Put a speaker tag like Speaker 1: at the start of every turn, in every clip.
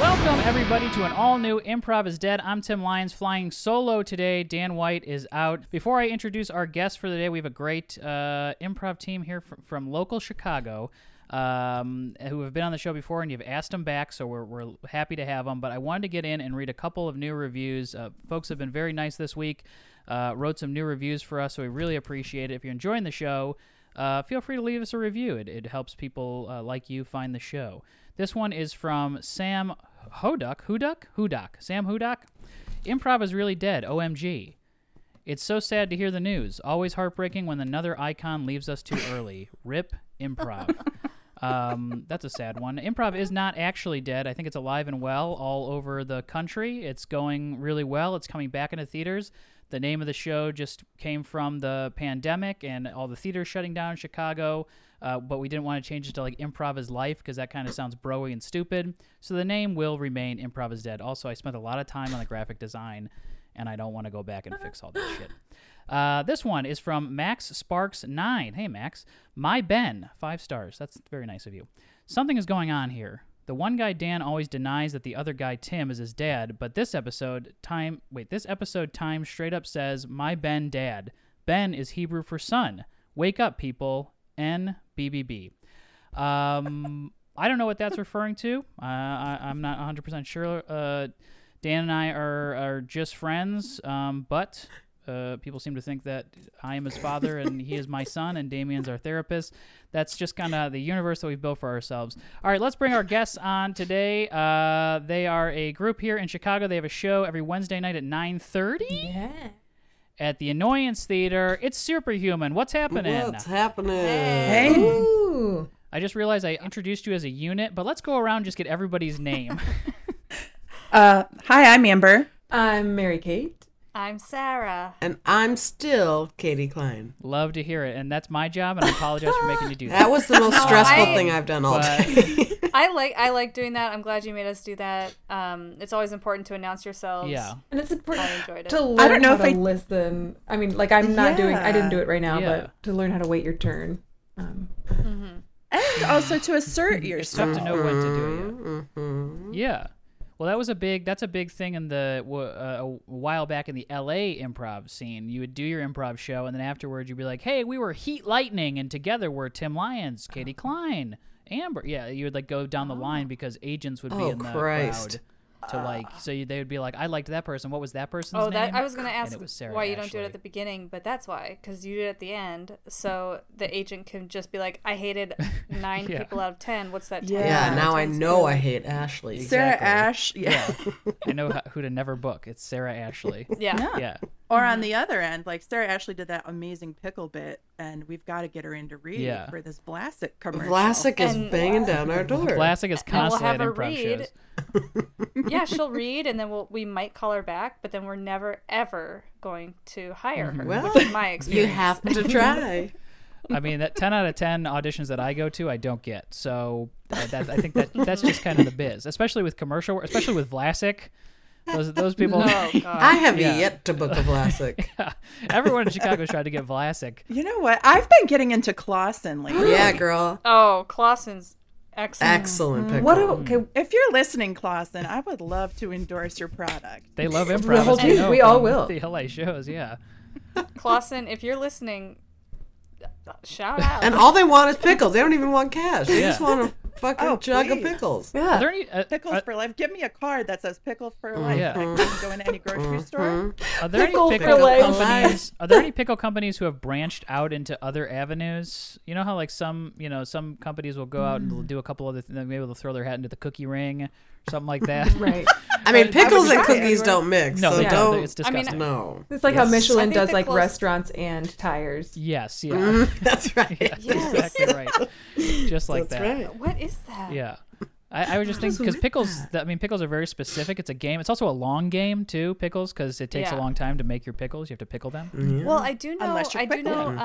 Speaker 1: Welcome, everybody, to an all new Improv is Dead. I'm Tim Lyons, flying solo today. Dan White is out. Before I introduce our guest for the day, we have a great uh, improv team here from, from local Chicago um, who have been on the show before, and you've asked them back, so we're, we're happy to have them. But I wanted to get in and read a couple of new reviews. Uh, folks have been very nice this week, uh, wrote some new reviews for us, so we really appreciate it. If you're enjoying the show, uh, feel free to leave us a review. It, it helps people uh, like you find the show. This one is from Sam Hoduck. Huduck? Huduck. Sam Huduck. Improv is really dead. OMG. It's so sad to hear the news. Always heartbreaking when another icon leaves us too early. Rip improv. Um, that's a sad one. Improv is not actually dead. I think it's alive and well all over the country. It's going really well. It's coming back into theaters. The name of the show just came from the pandemic and all the theaters shutting down in Chicago. Uh, but we didn't want to change it to like Improv is Life because that kind of sounds broy and stupid. So the name will remain Improv is Dead. Also, I spent a lot of time on the graphic design and I don't want to go back and fix all that shit. Uh, this one is from Max Sparks Nine. Hey Max, my Ben, five stars. That's very nice of you. Something is going on here. The one guy Dan always denies that the other guy Tim is his dad, but this episode time wait this episode time straight up says my Ben dad. Ben is Hebrew for son. Wake up, people. N B B B. Um, I don't know what that's referring to. Uh, I, I'm not 100 percent sure. Uh, Dan and I are are just friends, um, but uh, people seem to think that I am his father and he is my son, and Damien's our therapist. That's just kind of the universe that we've built for ourselves. All right, let's bring our guests on today. Uh, they are a group here in Chicago. They have a show every Wednesday night at 9:30
Speaker 2: Yeah.
Speaker 1: at the Annoyance Theater. It's superhuman. What's happening?
Speaker 3: What's happening?
Speaker 2: Ooh.
Speaker 1: I just realized I introduced you as a unit, but let's go around and just get everybody's name.
Speaker 4: Uh, hi, I'm Amber.
Speaker 2: I'm Mary Kate.
Speaker 5: I'm Sarah.
Speaker 3: And I'm still Katie Klein.
Speaker 1: Love to hear it, and that's my job. And I apologize for making you do that.
Speaker 3: That was the most stressful
Speaker 5: I-
Speaker 3: thing I've done all
Speaker 1: But-
Speaker 3: day.
Speaker 5: I like I like doing that. I'm glad you made us do that. Um, it's always important to announce yourselves.
Speaker 1: Yeah.
Speaker 2: And it's
Speaker 5: I
Speaker 2: important
Speaker 5: enjoyed it.
Speaker 2: to learn
Speaker 4: I don't know
Speaker 2: how
Speaker 4: if
Speaker 2: to
Speaker 4: I-
Speaker 2: listen. I mean, like I'm not doing I didn't do it right now,
Speaker 1: Yeah.
Speaker 2: but to learn how to wait your turn. Um,
Speaker 4: And also Oh, to assert
Speaker 1: It's tough
Speaker 4: yourself.
Speaker 1: to know when to do
Speaker 3: Mhm.
Speaker 5: Mm-hmm.
Speaker 1: it. Yeah. Well, that was a big. That's a big thing in the w- uh, a while back in the L.A. improv scene. You would do your improv show, and then afterward, you'd be like, "Hey, we were Heat Lightning, and together we're Tim Lyons, Katie
Speaker 5: Oh.
Speaker 1: Klein, Amber." Yeah, you would like go down the line because agents would be
Speaker 3: Oh,
Speaker 1: in the
Speaker 3: Christ.
Speaker 1: crowd to like. So you, they would be like, "I liked that person. What was that person's
Speaker 5: Uh. Oh,
Speaker 1: name?"
Speaker 5: that I was gonna
Speaker 1: And
Speaker 5: ask
Speaker 1: it was Sarah
Speaker 5: why you don't do it
Speaker 1: Ashley.
Speaker 5: at the beginning, but that's why because you did it at the end. So the agent can just be like, "I hated nine
Speaker 1: Yeah.
Speaker 5: people out of ten. What's that?"
Speaker 4: Yeah.
Speaker 3: yeah, now I
Speaker 5: Times
Speaker 3: know
Speaker 5: two.
Speaker 3: I hate Ashley.
Speaker 4: Sarah
Speaker 1: Exactly.
Speaker 4: Ash, yeah.
Speaker 1: I know h- who to never book. It's Sarah Ashley.
Speaker 5: Yeah.
Speaker 4: Yeah.
Speaker 1: yeah.
Speaker 4: Or on the other end, like Sarah Ashley did that amazing pickle bit, and we've got to get her into read
Speaker 1: Yeah.
Speaker 4: for this Vlasic commercial.
Speaker 3: Vlasic is
Speaker 5: And-
Speaker 3: banging down our door.
Speaker 1: Classic is
Speaker 5: And we'll
Speaker 1: constantly
Speaker 5: have her
Speaker 1: at improv
Speaker 5: read.
Speaker 1: shows.
Speaker 5: yeah, she'll read, and then we'll, we might call her back, but then we're never ever going to hire
Speaker 1: Mm-hmm.
Speaker 5: her.
Speaker 3: Well,
Speaker 5: which is my experience.
Speaker 3: You have to try.
Speaker 1: I mean, that ten out of ten auditions that I go to, I don't get. So uh, that I think that that's just kind of the biz, especially with commercial, work, especially with Vlasic. Those those people.
Speaker 5: Oh God.
Speaker 3: I have
Speaker 1: Yeah.
Speaker 3: yet to book a Vlasic.
Speaker 1: Everyone in Chicago tried to get Vlasic.
Speaker 4: You know what? I've been getting into Clausen lately.
Speaker 3: yeah, girl.
Speaker 5: Oh, Clausen's excellent.
Speaker 3: Excellent pick.
Speaker 2: what
Speaker 4: um,
Speaker 2: do, okay,
Speaker 4: If you're listening, Clausen, I would love to endorse your product.
Speaker 1: They love improv. as
Speaker 2: will do.
Speaker 1: know
Speaker 2: We all
Speaker 1: from
Speaker 2: will.
Speaker 1: The LA shows, yeah.
Speaker 5: Clausen, if you're listening, shout out.
Speaker 3: And all they want is pickles. They don't even want cash. They
Speaker 1: Yeah.
Speaker 3: just want a fucking
Speaker 4: Oh,
Speaker 3: jug of
Speaker 4: please.
Speaker 3: pickles.
Speaker 1: Are
Speaker 5: yeah.
Speaker 1: there any? Uh,
Speaker 4: Pickles
Speaker 1: are,
Speaker 4: for life. Give me a card that says pickle for life.
Speaker 1: Yeah.
Speaker 4: I can go into any
Speaker 3: Mm-hmm.
Speaker 4: grocery store.
Speaker 1: are there
Speaker 5: Pickle
Speaker 1: any
Speaker 5: for
Speaker 1: pickle
Speaker 5: life.
Speaker 1: companies? Are there any pickle companies who have branched out into other avenues? You know how like some you know some companies will go out and they'll
Speaker 3: Mm.
Speaker 1: do a couple other things. Maybe they'll throw their hat into the cookie ring, or something like that.
Speaker 2: right.
Speaker 3: I mean, pickles and
Speaker 4: try it.
Speaker 3: cookies don't mix.
Speaker 1: No,
Speaker 3: so
Speaker 1: they don't.
Speaker 3: don't.
Speaker 1: It's
Speaker 5: I mean,
Speaker 1: disgusting.
Speaker 3: no.
Speaker 2: It's like
Speaker 1: Yes.
Speaker 2: how
Speaker 5: I
Speaker 2: Michelin
Speaker 5: think
Speaker 2: does
Speaker 5: the
Speaker 2: like
Speaker 5: close-
Speaker 2: restaurants and tires.
Speaker 1: Yes, yeah.
Speaker 3: That's right.
Speaker 5: Yes.
Speaker 1: Exactly right. Just like
Speaker 3: That's
Speaker 1: that.
Speaker 3: right.
Speaker 5: What is that?
Speaker 1: Yeah. I, I was just thinking because pickles. th- I mean, pickles are very specific. It's a game. It's also a long game too. Pickles because it takes a
Speaker 5: Yeah.
Speaker 1: long time to make your pickles. You have to pickle them.
Speaker 3: Mm.
Speaker 5: Well, I do know.
Speaker 4: Unless you're
Speaker 5: I do
Speaker 4: quick
Speaker 5: know. Um,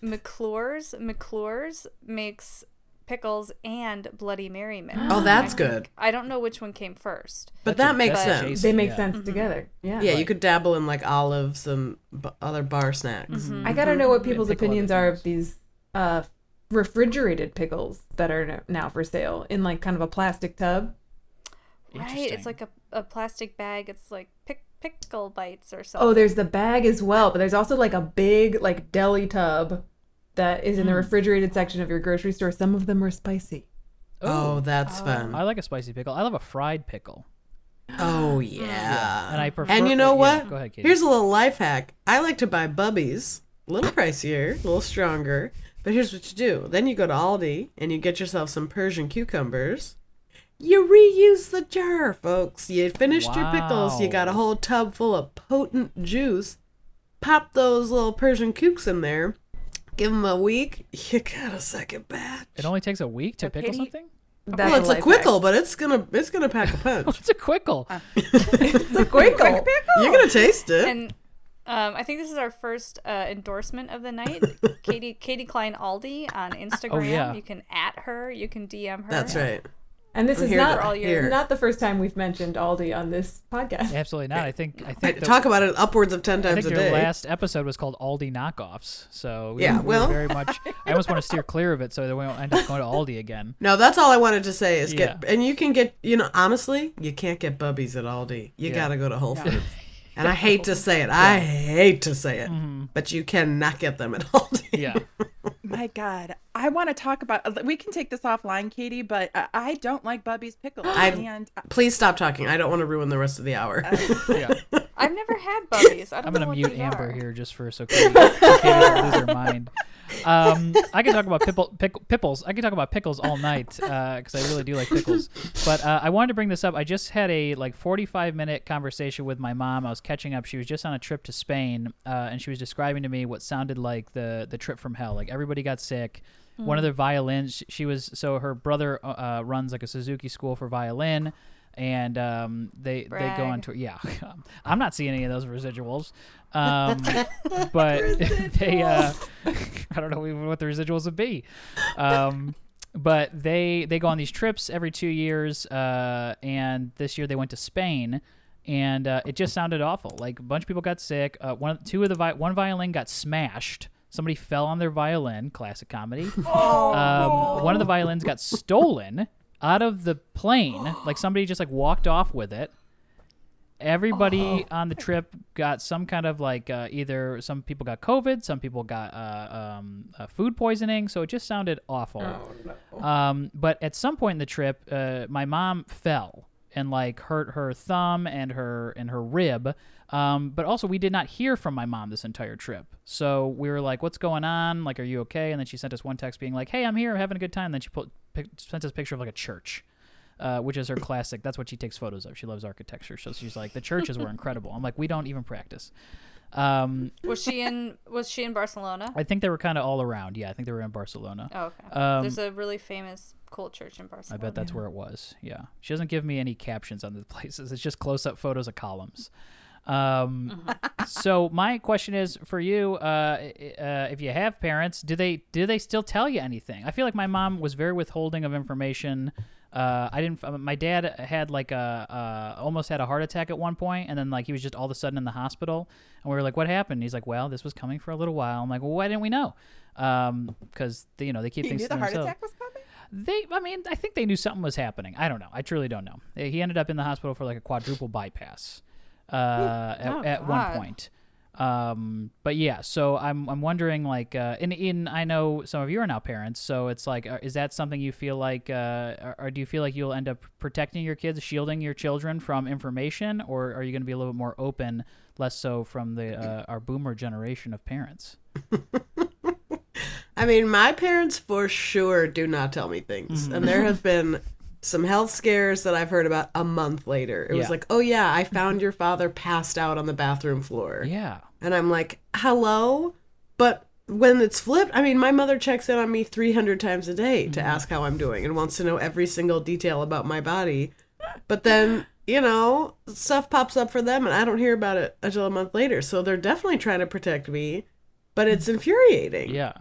Speaker 1: Mm-hmm.
Speaker 5: McClure's McClure's makes pickles and Bloody Mary mix.
Speaker 3: Oh, that's good.
Speaker 5: I don't know which one came first.
Speaker 3: But that makes
Speaker 1: that's
Speaker 3: sense.
Speaker 2: They
Speaker 1: adjacent,
Speaker 2: make
Speaker 1: yeah.
Speaker 5: Mm-hmm.
Speaker 2: sense together. Yeah.
Speaker 3: Yeah, you could dabble in like olives and b- other bar snacks.
Speaker 2: I gotta
Speaker 5: Mm-hmm.
Speaker 2: know what people's
Speaker 1: Pickle other
Speaker 2: opinions are of these uh, refrigerated pickles that are n- now for sale in like kind of a plastic tub.
Speaker 5: Right. It's like a, a plastic bag. It's like pick, pickle bites or something.
Speaker 2: Oh, there's the bag as well, but there's also like a big like deli tub that is in
Speaker 5: Mm.
Speaker 2: the refrigerated section of your grocery store. Some of them are spicy.
Speaker 1: Oh,
Speaker 3: Oh, that's fun.
Speaker 1: I like a spicy pickle. I love a fried pickle.
Speaker 3: oh yeah.
Speaker 1: And I prefer.
Speaker 3: And you know
Speaker 1: yeah,
Speaker 3: what?
Speaker 1: Go ahead, Katie.
Speaker 3: Here's a little life hack. I like to buy Bubby's, a little pricier, a little stronger. But here's what you do. Then you go to Aldi and you get yourself some Persian cucumbers. You reuse the jar, folks. You finished your pickles. You got a
Speaker 1: Wow.
Speaker 3: whole tub full of potent juice. Pop those little Persian cukes in there. Give them a week. You got a second batch.
Speaker 1: it only takes a week to pickle
Speaker 4: Katie-
Speaker 1: something.
Speaker 2: That's
Speaker 3: Well, it's a
Speaker 2: life
Speaker 3: quickle, but it's gonna it's gonna pack a punch.
Speaker 1: It's a quickle.
Speaker 5: Uh,
Speaker 2: hack. It's a quickle.
Speaker 1: Oh,
Speaker 3: You're gonna taste it.
Speaker 5: And um, I think this is our first uh, endorsement of the night. Katie Katie Klein Aldi on Instagram.
Speaker 1: Oh, yeah.
Speaker 5: You can at her. You can DM her.
Speaker 3: That's right.
Speaker 2: And this is
Speaker 3: Here,
Speaker 2: not
Speaker 5: all
Speaker 3: here.
Speaker 2: not the first time we've mentioned Aldi on this podcast.
Speaker 1: Absolutely not. I think. I
Speaker 3: I
Speaker 1: think. the-
Speaker 3: talk about it upwards of ten
Speaker 1: I
Speaker 3: times
Speaker 1: think
Speaker 3: a
Speaker 1: your
Speaker 3: day.
Speaker 1: last episode was called Aldi knockoffs. So we
Speaker 3: Yeah,
Speaker 1: we
Speaker 3: well-
Speaker 1: very much. I almost want to steer clear of it so that we don't end up going to Aldi again.
Speaker 3: No, that's all I wanted to say is get
Speaker 1: Yeah.
Speaker 3: and you can get you know honestly you can't get bubbies at Aldi. You gotta go to Whole Foods. And I hate to say it, I hate to say it, but you cannot get them at Aldi.
Speaker 1: Mm-hmm. Yeah.
Speaker 4: My God, I want to talk about. We can take this offline, Katie, but I- I don't like Bubby's pickles.
Speaker 3: I-
Speaker 4: and
Speaker 3: Please stop talking. I don't want to ruin the rest of the hour.
Speaker 1: Yeah.
Speaker 5: I've never had Bubby's. I don't
Speaker 1: I'm
Speaker 5: know
Speaker 1: gonna
Speaker 5: what
Speaker 1: mute
Speaker 5: these
Speaker 1: Amber
Speaker 5: are.
Speaker 1: here just for so Katie, so Katie doesn't lose her mind. Um, I can talk about pickle, pick, pipples. I can talk about pickles all night because I really do like pickles. But uh, I wanted to bring this up. I just had a like 45 minute conversation with my mom. I was catching up. She was just on a trip to Spain, uh, and she was describing to me what sounded like the the trip from hell. Like everybody got sick. One of their violins. She, she was so her brother uh, runs like a Suzuki school for violin. And um, they they go
Speaker 5: Brag.
Speaker 1: on tour. Yeah, I'm not seeing any of those residuals. Um, but they uh, I don't know even what the residuals would be. Um, but they they go on these trips every two years, uh, and this year they went to Spain, and uh, it just sounded awful. Like a bunch of people got sick. Uh, one of- two of the vi- one violin got smashed. Somebody fell on their violin. Classic comedy. Um, one of the violins got stolen out of the plane. Like somebody just like walked off with it. Everybody on the trip got some kind of like uh, either some people got COVID, some people got uh, um, uh, food poisoning. So it just sounded awful. Um, but at some point in the trip, uh, my mom fell and like hurt her thumb and her and her rib. Um, but also we did not hear from my mom this entire trip. So we were like, "What's going on? Like, are you okay?" And then she sent us one text being like, "Hey, I'm here. I'm having a good time." And then she put, pic, sent us a picture of like a church. Uh, which is her classic. That's what she takes photos of. She loves architecture, so she's like, the churches were incredible. I'm like, we don't even practice. Um,
Speaker 5: Was she in Was she in Barcelona?
Speaker 1: I think they were kind of all around. Yeah, I think they were in Barcelona.
Speaker 5: Oh, okay.
Speaker 1: Um,
Speaker 5: There's a really famous cool church in
Speaker 1: I
Speaker 4: Oh,
Speaker 5: Barcelona.
Speaker 1: bet that's where it was. Yeah. She doesn't give me any captions on the places. It's just close up photos of columns. Um,
Speaker 4: Mm-hmm.
Speaker 1: so my question is for you, uh, uh, if you have parents, do they, do they still tell you anything? I feel like my mom was very withholding of information. Uh, I didn't, uh, my dad had like a, uh, almost had a heart attack at one point and then like he was just all of a sudden in the hospital and we were like, what happened? And he's like, well, this was coming for a little while. I'm like, well, why didn't we know? Um, cause they- you know, they keep
Speaker 4: you
Speaker 1: things
Speaker 4: knew
Speaker 1: to
Speaker 4: the heart
Speaker 1: themselves.
Speaker 4: attack was coming.
Speaker 1: They, I mean, I think they knew something was happening. I don't know. I truly don't know. Uh, He ended up in the hospital for like a quadruple bypass uh, at,
Speaker 5: Oh,
Speaker 1: at one
Speaker 5: God.
Speaker 1: point. Um, but yeah, so I'm I'm wondering like, uh, in in I know some of you are now parents, so it's like, uh, is that something you feel like, uh, or, or do you feel like you'll end up protecting your kids, shielding your children from information, or are you going to be a little bit more open, less so from the uh, our boomer generation of parents?
Speaker 3: I mean, my parents for sure do not tell me things.
Speaker 1: Mm-hmm.
Speaker 3: And there have been some health scares that I've heard about a month later. It
Speaker 1: Yeah.
Speaker 3: was like, oh, yeah, I found your father passed out on the bathroom floor.
Speaker 1: Yeah,
Speaker 3: And I'm like, hello? But when it's flipped, I mean, my mother checks in on me 300 times a day
Speaker 1: Mm-hmm.
Speaker 3: to ask how I'm doing and wants to know every single detail about my body. But then, you know, stuff pops up for them and I don't hear about it until a month later. So they're definitely trying to protect me, but it's infuriating.
Speaker 1: Mm-hmm. yeah.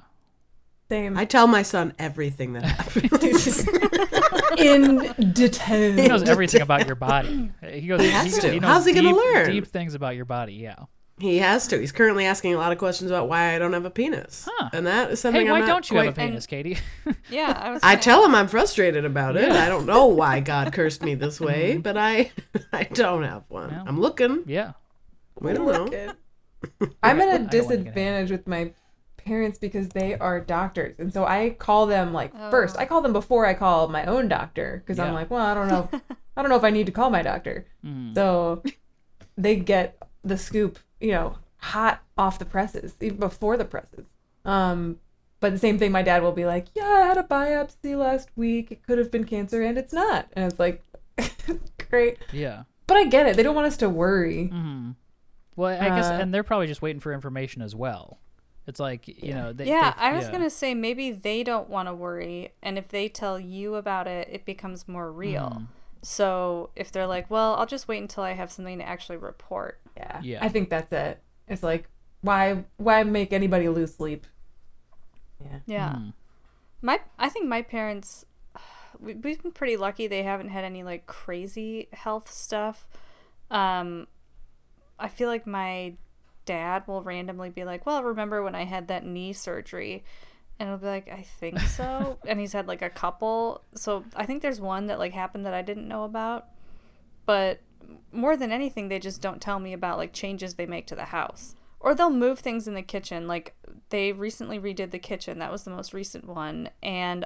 Speaker 2: Same
Speaker 3: I tell my son everything that happens.
Speaker 2: in detail.
Speaker 1: He knows everything about your body. He goes.
Speaker 3: has
Speaker 1: he,
Speaker 3: to.
Speaker 1: He knows
Speaker 3: How's he gonna
Speaker 1: deep-
Speaker 3: learn?
Speaker 1: deep things about your body? Yeah.
Speaker 3: He has to. He's currently asking a lot of questions about why I don't have a penis,
Speaker 1: Huh.
Speaker 3: and that is something.
Speaker 1: Hey, why
Speaker 3: I'm not
Speaker 1: don't you
Speaker 3: quite...
Speaker 1: have a penis, Katie?
Speaker 5: Yeah, I was.
Speaker 3: I
Speaker 5: gonna-
Speaker 3: tell him I'm frustrated about it. I don't know why God cursed me this way,
Speaker 1: Mm-hmm.
Speaker 3: but I, I don't have one.
Speaker 1: Well.
Speaker 3: I'm looking.
Speaker 1: yeah.
Speaker 3: We don't know.
Speaker 2: I'm at a
Speaker 1: don't wanna get
Speaker 2: disadvantage with my parents because they are doctors, and so I call them like first. I call them before I call my own doctor because
Speaker 1: Yeah.
Speaker 2: I'm like, well, I don't know, I don't know if I need to call my doctor.
Speaker 1: Mm.
Speaker 2: So they get the scoop, you know, hot off the presses, even before the presses. Um, but the same thing, my dad will be like, yeah, I had a biopsy last week. It could have been cancer, and it's not. And it's like, great.
Speaker 1: Yeah.
Speaker 2: But I get it. They don't want us to worry.
Speaker 1: hmm Well, I guess,
Speaker 2: Uh,
Speaker 1: and they're probably just waiting for information as well. It's like you know. They,
Speaker 5: Yeah,
Speaker 1: they-
Speaker 5: I was
Speaker 1: yeah.
Speaker 5: gonna say maybe they don't want to worry, and if they tell you about it, it becomes more real.
Speaker 1: Mm.
Speaker 5: So if they're like, "Well, I'll just wait until I have something to actually report,"
Speaker 2: Yeah.
Speaker 1: Yeah.
Speaker 2: I think that's it. It's like, why why make anybody lose sleep?
Speaker 5: yeah, my I think my parents, we- we've been pretty lucky. They haven't had any like crazy health stuff. Um, I feel like my dad will randomly be like, "Well, remember when I had that knee surgery?" And I'll be like, "I think so." and he's had like a couple. So I think there's one that like happened that I didn't know about. But more than anything, they just don't tell me about like changes they make to the house. Or they'll move things in the kitchen. Like they recently redid the kitchen. That was the most recent one. And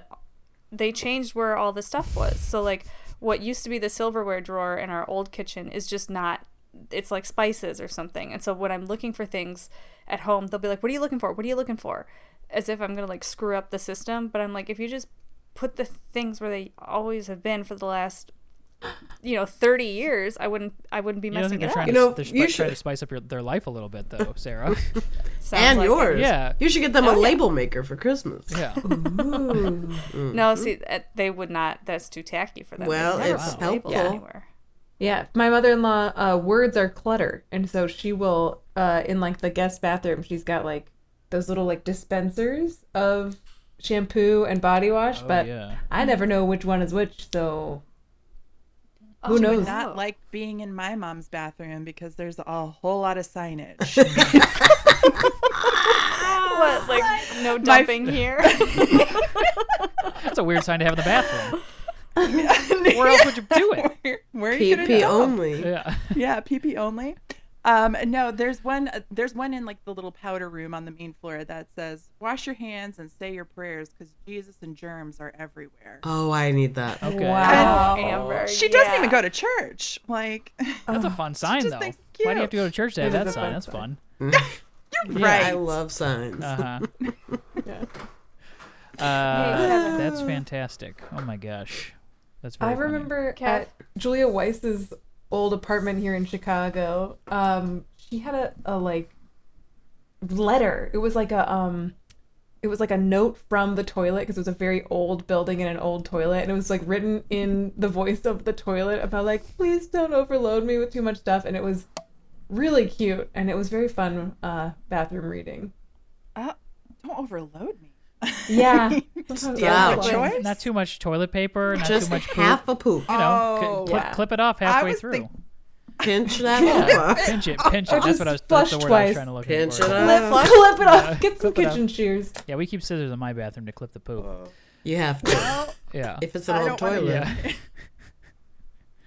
Speaker 5: they changed where all the stuff was. So like what used to be the silverware drawer in our old kitchen is just not it's like spices or something. And so when I'm looking for things at home, they'll be like, "What are you looking for? What are you looking for?" as if I'm going to like screw up the system, but I'm like, if you just put the things where they always have been for the last you know 30 years, I wouldn't I wouldn't be
Speaker 1: You don't
Speaker 5: messing
Speaker 1: think they're
Speaker 5: it
Speaker 1: trying
Speaker 5: up.
Speaker 1: to
Speaker 3: You know,
Speaker 1: they're sp-
Speaker 3: you
Speaker 1: trying
Speaker 3: should-
Speaker 1: to spice up your, their life a little bit though, Sarah?
Speaker 3: And
Speaker 5: Sounds like it.
Speaker 3: yours.
Speaker 1: Yeah.
Speaker 3: You should get them a
Speaker 5: yeah.
Speaker 3: label maker for Christmas.
Speaker 1: yeah.
Speaker 2: Ooh.
Speaker 5: No, see, uh, they would not. That's too tacky for them. They'd
Speaker 3: Mm-hmm. Well,
Speaker 5: never
Speaker 3: it's
Speaker 5: put labels
Speaker 3: helpful.
Speaker 5: anywhere.
Speaker 2: yeah. My mother in law, uh, words are clutter. And so she will uh in like the guest bathroom, she's got like those little like dispensers of shampoo and body wash,
Speaker 1: Oh,
Speaker 2: but
Speaker 1: yeah.
Speaker 2: I never know which one is which, so
Speaker 5: Oh,
Speaker 2: who knows?
Speaker 5: no.
Speaker 4: Not like being in my mom's bathroom because there's a whole lot of signage.
Speaker 3: Ah.
Speaker 5: What, like no dumping here?
Speaker 1: That's a weird sign to have in the bathroom. Where else would you do it?
Speaker 4: Where are you gonna
Speaker 3: PP
Speaker 4: dump?
Speaker 3: only.
Speaker 1: Yeah.
Speaker 4: yeah, PP only. Um, no, there's one. uh, There's one in like the little powder room on the main floor that says, "Wash your hands and say your prayers, because Jesus and germs are everywhere."
Speaker 3: Oh, I need that.
Speaker 1: Okay.
Speaker 2: Wow.
Speaker 5: Amber,
Speaker 4: she doesn't
Speaker 5: yeah.
Speaker 4: even go to church. Like,
Speaker 1: That's a fun sign
Speaker 4: just
Speaker 1: though.
Speaker 4: thinks it's
Speaker 1: Why do you have
Speaker 4: cute.
Speaker 1: to go to church to have
Speaker 2: It is
Speaker 1: that sign?
Speaker 2: a fun
Speaker 1: That's
Speaker 2: sign.
Speaker 1: fun.
Speaker 3: I
Speaker 4: right?
Speaker 3: love signs.
Speaker 1: Uh-huh.
Speaker 2: Yeah.
Speaker 1: Uh,
Speaker 5: Hey, Kevin.
Speaker 1: that's fantastic. Oh my gosh. That's very
Speaker 2: I
Speaker 1: funny.
Speaker 2: remember
Speaker 5: Kev?
Speaker 2: at Julia Weiss's old apartment here in Chicago. Um, she had a, a like letter. It was like a um, it was like a note from the toilet because it was a very old building and an old toilet, and it was like written in the voice of the toilet about like please don't overload me with too much stuff, and it was really cute and it was very fun uh, bathroom reading.
Speaker 4: Uh, don't overload me.
Speaker 2: Yeah, sometimes
Speaker 3: Yeah.
Speaker 2: I was like,
Speaker 4: Choice?
Speaker 1: not too much toilet paper, not
Speaker 3: Just
Speaker 1: too much poop.
Speaker 3: half a poop.
Speaker 1: you know, c-
Speaker 4: Oh.
Speaker 1: clip,
Speaker 2: Yeah.
Speaker 1: clip it off halfway
Speaker 4: was
Speaker 1: through.
Speaker 4: think-
Speaker 3: Pinch that over.
Speaker 1: pinch it, pinch it.
Speaker 2: Or
Speaker 1: That's
Speaker 2: just
Speaker 1: what I was. That's
Speaker 2: flush
Speaker 1: the word I was
Speaker 2: twice.
Speaker 1: trying to look
Speaker 3: Pinch
Speaker 1: for.
Speaker 3: it
Speaker 5: Lip
Speaker 3: up.
Speaker 5: flush.
Speaker 2: clip it off, get some
Speaker 1: Clip it up.
Speaker 2: kitchen shears.
Speaker 1: Yeah, we keep scissors in my bathroom to clip the poop.
Speaker 3: You have to.
Speaker 1: Yeah.
Speaker 3: If Oh. it's an
Speaker 4: I
Speaker 3: old
Speaker 4: don't wanna-
Speaker 3: toilet.
Speaker 1: yeah.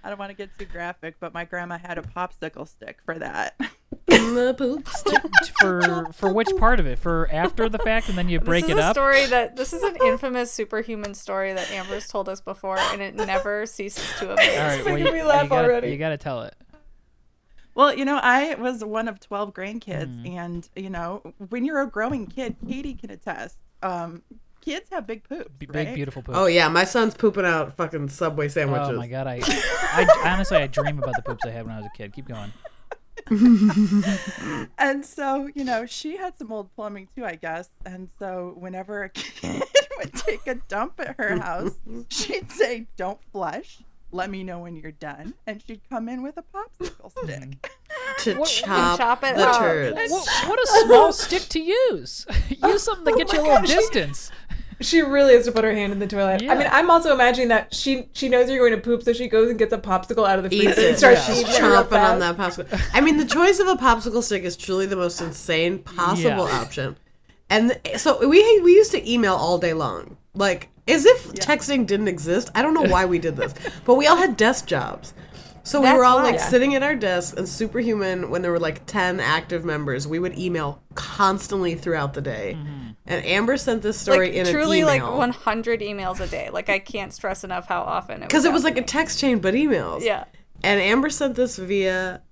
Speaker 4: I don't want to get too graphic, but my grandma had a popsicle stick for that.
Speaker 3: The poop stick.
Speaker 1: for for which part of it? For after the fact, and then you break
Speaker 5: this is
Speaker 1: it
Speaker 5: a
Speaker 1: up.
Speaker 5: story that this is an infamous superhuman story that Amber's told us before, and it never ceases to amaze.
Speaker 1: All right, well,
Speaker 2: making
Speaker 1: you,
Speaker 2: me laugh
Speaker 1: you gotta,
Speaker 2: already.
Speaker 1: You got to tell it.
Speaker 4: Well, you know, I was one of 12 grandkids.
Speaker 1: Mm-hmm.
Speaker 4: And, you know, when you're a growing kid, Katie can attest, um, kids have big poops.
Speaker 1: B-
Speaker 4: right?
Speaker 1: Big beautiful poop.
Speaker 3: Oh, yeah. My son's pooping out fucking Subway
Speaker 1: Oh
Speaker 3: sandwiches.
Speaker 1: my god, I, I honestly I dream about the poops I had when I was a kid. Keep going.
Speaker 4: And so, you know, she had some old plumbing too, I guess. And so, whenever a kid would take a dump at her house, she'd say, Don't flush. Let me know when you're done. And she'd come in with a popsicle
Speaker 1: Mm-hmm.
Speaker 4: stick.
Speaker 3: To
Speaker 1: What-
Speaker 3: chop,
Speaker 5: chop it
Speaker 3: the
Speaker 5: up.
Speaker 3: turds.
Speaker 1: What, what a small stick to use. use something to get you a little distance.
Speaker 2: She really has to put her hand in the toilet.
Speaker 1: Yeah.
Speaker 2: I mean, I'm also imagining that she she knows you're going to poop, so she goes and gets a popsicle out of the
Speaker 3: Eats
Speaker 2: freezer and
Speaker 3: it.
Speaker 2: starts
Speaker 3: She's
Speaker 2: eating it real
Speaker 3: chomping on
Speaker 2: fast.
Speaker 3: that popsicle. I mean, the choice of a popsicle stick is truly the most insane possible
Speaker 1: Yeah.
Speaker 3: option. And so we we used to email all day long, like as if texting didn't exist. I don't know why we did this, but we all had desk jobs. So we
Speaker 5: That's
Speaker 3: were all like
Speaker 5: why.
Speaker 3: sitting at our desks and superhuman when there were like 10 active members. We would email constantly throughout the day. And Amber sent this story
Speaker 5: Like
Speaker 3: in
Speaker 5: truly,
Speaker 3: an
Speaker 5: like
Speaker 3: email.
Speaker 5: 100 emails a day. Like I can't stress enough how often it
Speaker 3: Because it was
Speaker 5: happening.
Speaker 3: like a text chain, but emails.
Speaker 5: Yeah.
Speaker 3: And Amber sent this via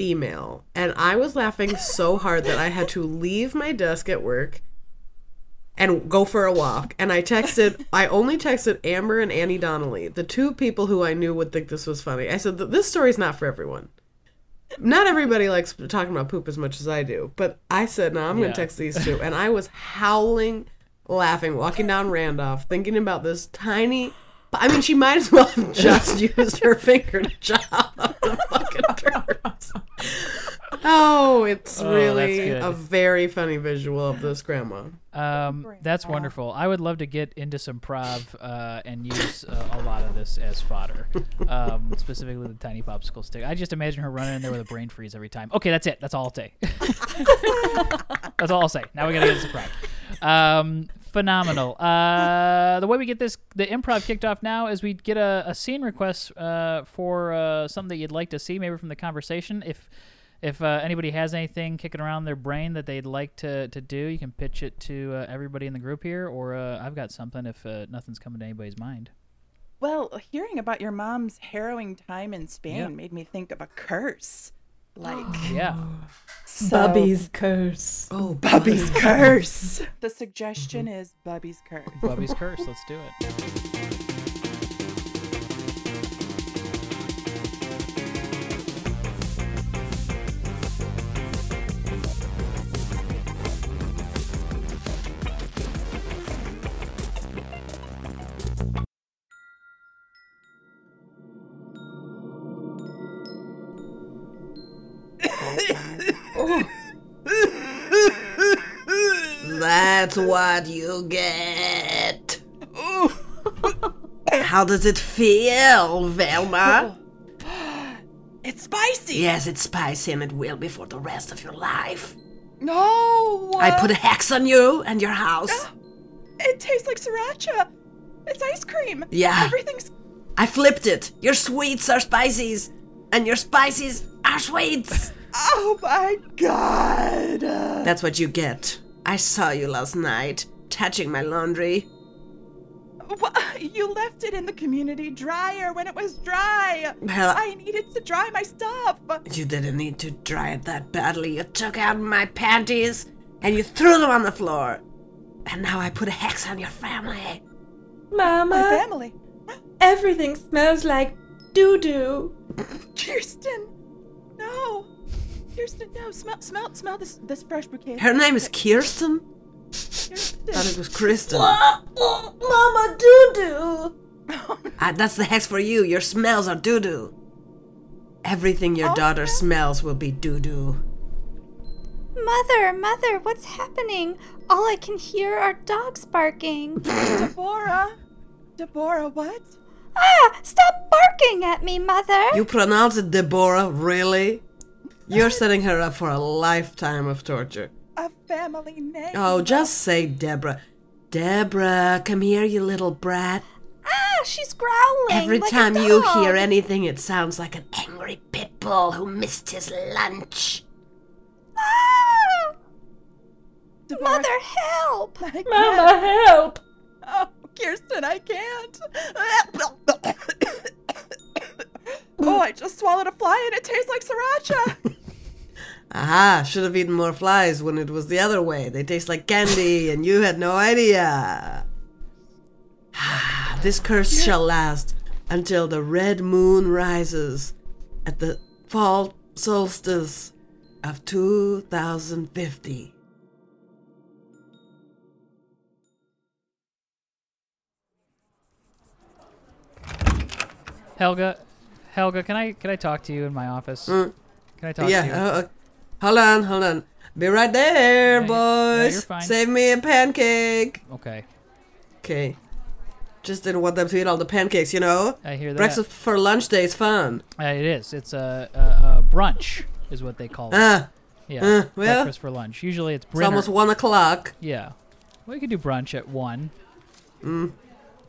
Speaker 3: email. And I was laughing so hard that I had to leave my desk at work and go for a walk. And I texted, I only texted Amber and Annie Donnelly, the two people who I knew would think this was funny. I said, This story's not for everyone. Not everybody likes talking about poop as much as I do, but I said, No, I'm going
Speaker 1: Yeah.
Speaker 3: to text these two. And I was howling, laughing, walking down Randolph, thinking about this tiny. I mean, she might as well have just used her finger to chop up the fucking turds. Oh, it's
Speaker 1: Oh,
Speaker 3: really
Speaker 1: that's good.
Speaker 3: a very funny visual of this grandma.
Speaker 1: Um, that's wonderful. I would love to get into some prov uh, and use uh, a lot of this as fodder, um, specifically the tiny popsicle stick. I just imagine her running in there with a brain freeze every time. Okay, that's it. That's all I'll say. that's all I'll say. Now we gotta get into some prov. Um, phenomenal. Uh, the way we get this, the improv kicked off now is we get a, a scene request uh, for uh, something that you'd like to see, maybe from the conversation. If if uh, anybody has anything kicking around their brain that they'd like to, to do, you can pitch it to uh, everybody in the group here, or uh, I've got something if uh, nothing's coming to anybody's mind.
Speaker 4: Well, hearing about your mom's harrowing time in Spain made me think of a curse. Like
Speaker 1: Yeah.
Speaker 4: so,
Speaker 2: Bubby's curse.
Speaker 3: Oh,
Speaker 4: Bubby's curse. The suggestion is Bubby's curse.
Speaker 1: Bubby's Curse. Let's do it.
Speaker 3: That's what you get. How does it feel, Velma?
Speaker 4: It's spicy.
Speaker 3: yes, it's spicy and it will be for the rest of your life.
Speaker 4: No.
Speaker 3: I put a hex on you and your house.
Speaker 4: It tastes like sriracha. It's ice cream.
Speaker 3: Yeah.
Speaker 4: Everything's
Speaker 3: I flipped it. Your sweets are spices, and your spices are sweets.
Speaker 4: Oh my god.
Speaker 3: That's what you get. I saw you last night, touching my laundry.
Speaker 4: Wha- You left it in the community dryer when it was dry.
Speaker 3: Well,
Speaker 4: I needed to dry my stuff.
Speaker 3: You didn't need to dry it that badly. You took out my panties and you threw them on the floor. And now I put a hex on your family.
Speaker 4: My
Speaker 2: Mama,
Speaker 4: family.
Speaker 2: everything smells like doo doo.
Speaker 4: Kirsten. No. Kirsten, no. Smell smell smell this this fresh bouquet.
Speaker 3: Her name is Kirsten? Thought
Speaker 4: Kirsten.
Speaker 3: it was Kristen.
Speaker 2: Mama, doo doo.
Speaker 3: Ah, that's the hex for you. Your smells are doo doo. Everything your
Speaker 4: Oh,
Speaker 3: daughter
Speaker 4: no.
Speaker 3: smells will be doo doo.
Speaker 5: Mother, mother, what's happening? All I can hear are dogs barking.
Speaker 4: Deborah. Deborah, what?
Speaker 5: ah, stop barking at me, mother.
Speaker 3: You pronounce it Deborah, really? You're setting her up for a lifetime of torture.
Speaker 4: A family name.
Speaker 3: Oh, just say Deborah. Deborah, come here, you little brat.
Speaker 5: ah, she's growling.
Speaker 3: Every
Speaker 5: like a
Speaker 3: time you
Speaker 5: dog.
Speaker 3: hear anything, it sounds like an angry pit bull who missed his lunch.
Speaker 5: Ah,
Speaker 4: Deborah.
Speaker 5: mother, help.
Speaker 4: I can't.
Speaker 2: Mama, help.
Speaker 4: Oh, Kirsten, I can't. oh, I just swallowed a fly and it tastes like sriracha.
Speaker 3: Aha, should have eaten more flies when it was the other way. They taste like candy, and you had no idea. Ah, this curse shall last until the red moon rises at the fall solstice of 2050.
Speaker 1: Helga, Helga, can I can I talk to you in my office? Can I talk to you?
Speaker 3: Yeah. Uh, uh, hold on, hold on. Be right
Speaker 1: Yeah,
Speaker 3: there,
Speaker 1: you-
Speaker 3: boys.
Speaker 1: yeah, you're fine.
Speaker 3: Save me a pancake.
Speaker 1: okay.
Speaker 3: Okay. Just didn't want them to eat all the pancakes, you know?
Speaker 1: I hear that.
Speaker 3: Breakfast for lunch day is fun.
Speaker 1: Uh, it is. It's a, a, a brunch, is what they call it.
Speaker 3: Ah,
Speaker 1: yeah.
Speaker 3: uh, well.
Speaker 1: Breakfast for lunch. Usually it's
Speaker 3: it's
Speaker 1: Brinner.
Speaker 3: almost one o'clock.
Speaker 1: Yeah. We could do brunch at one. Brinner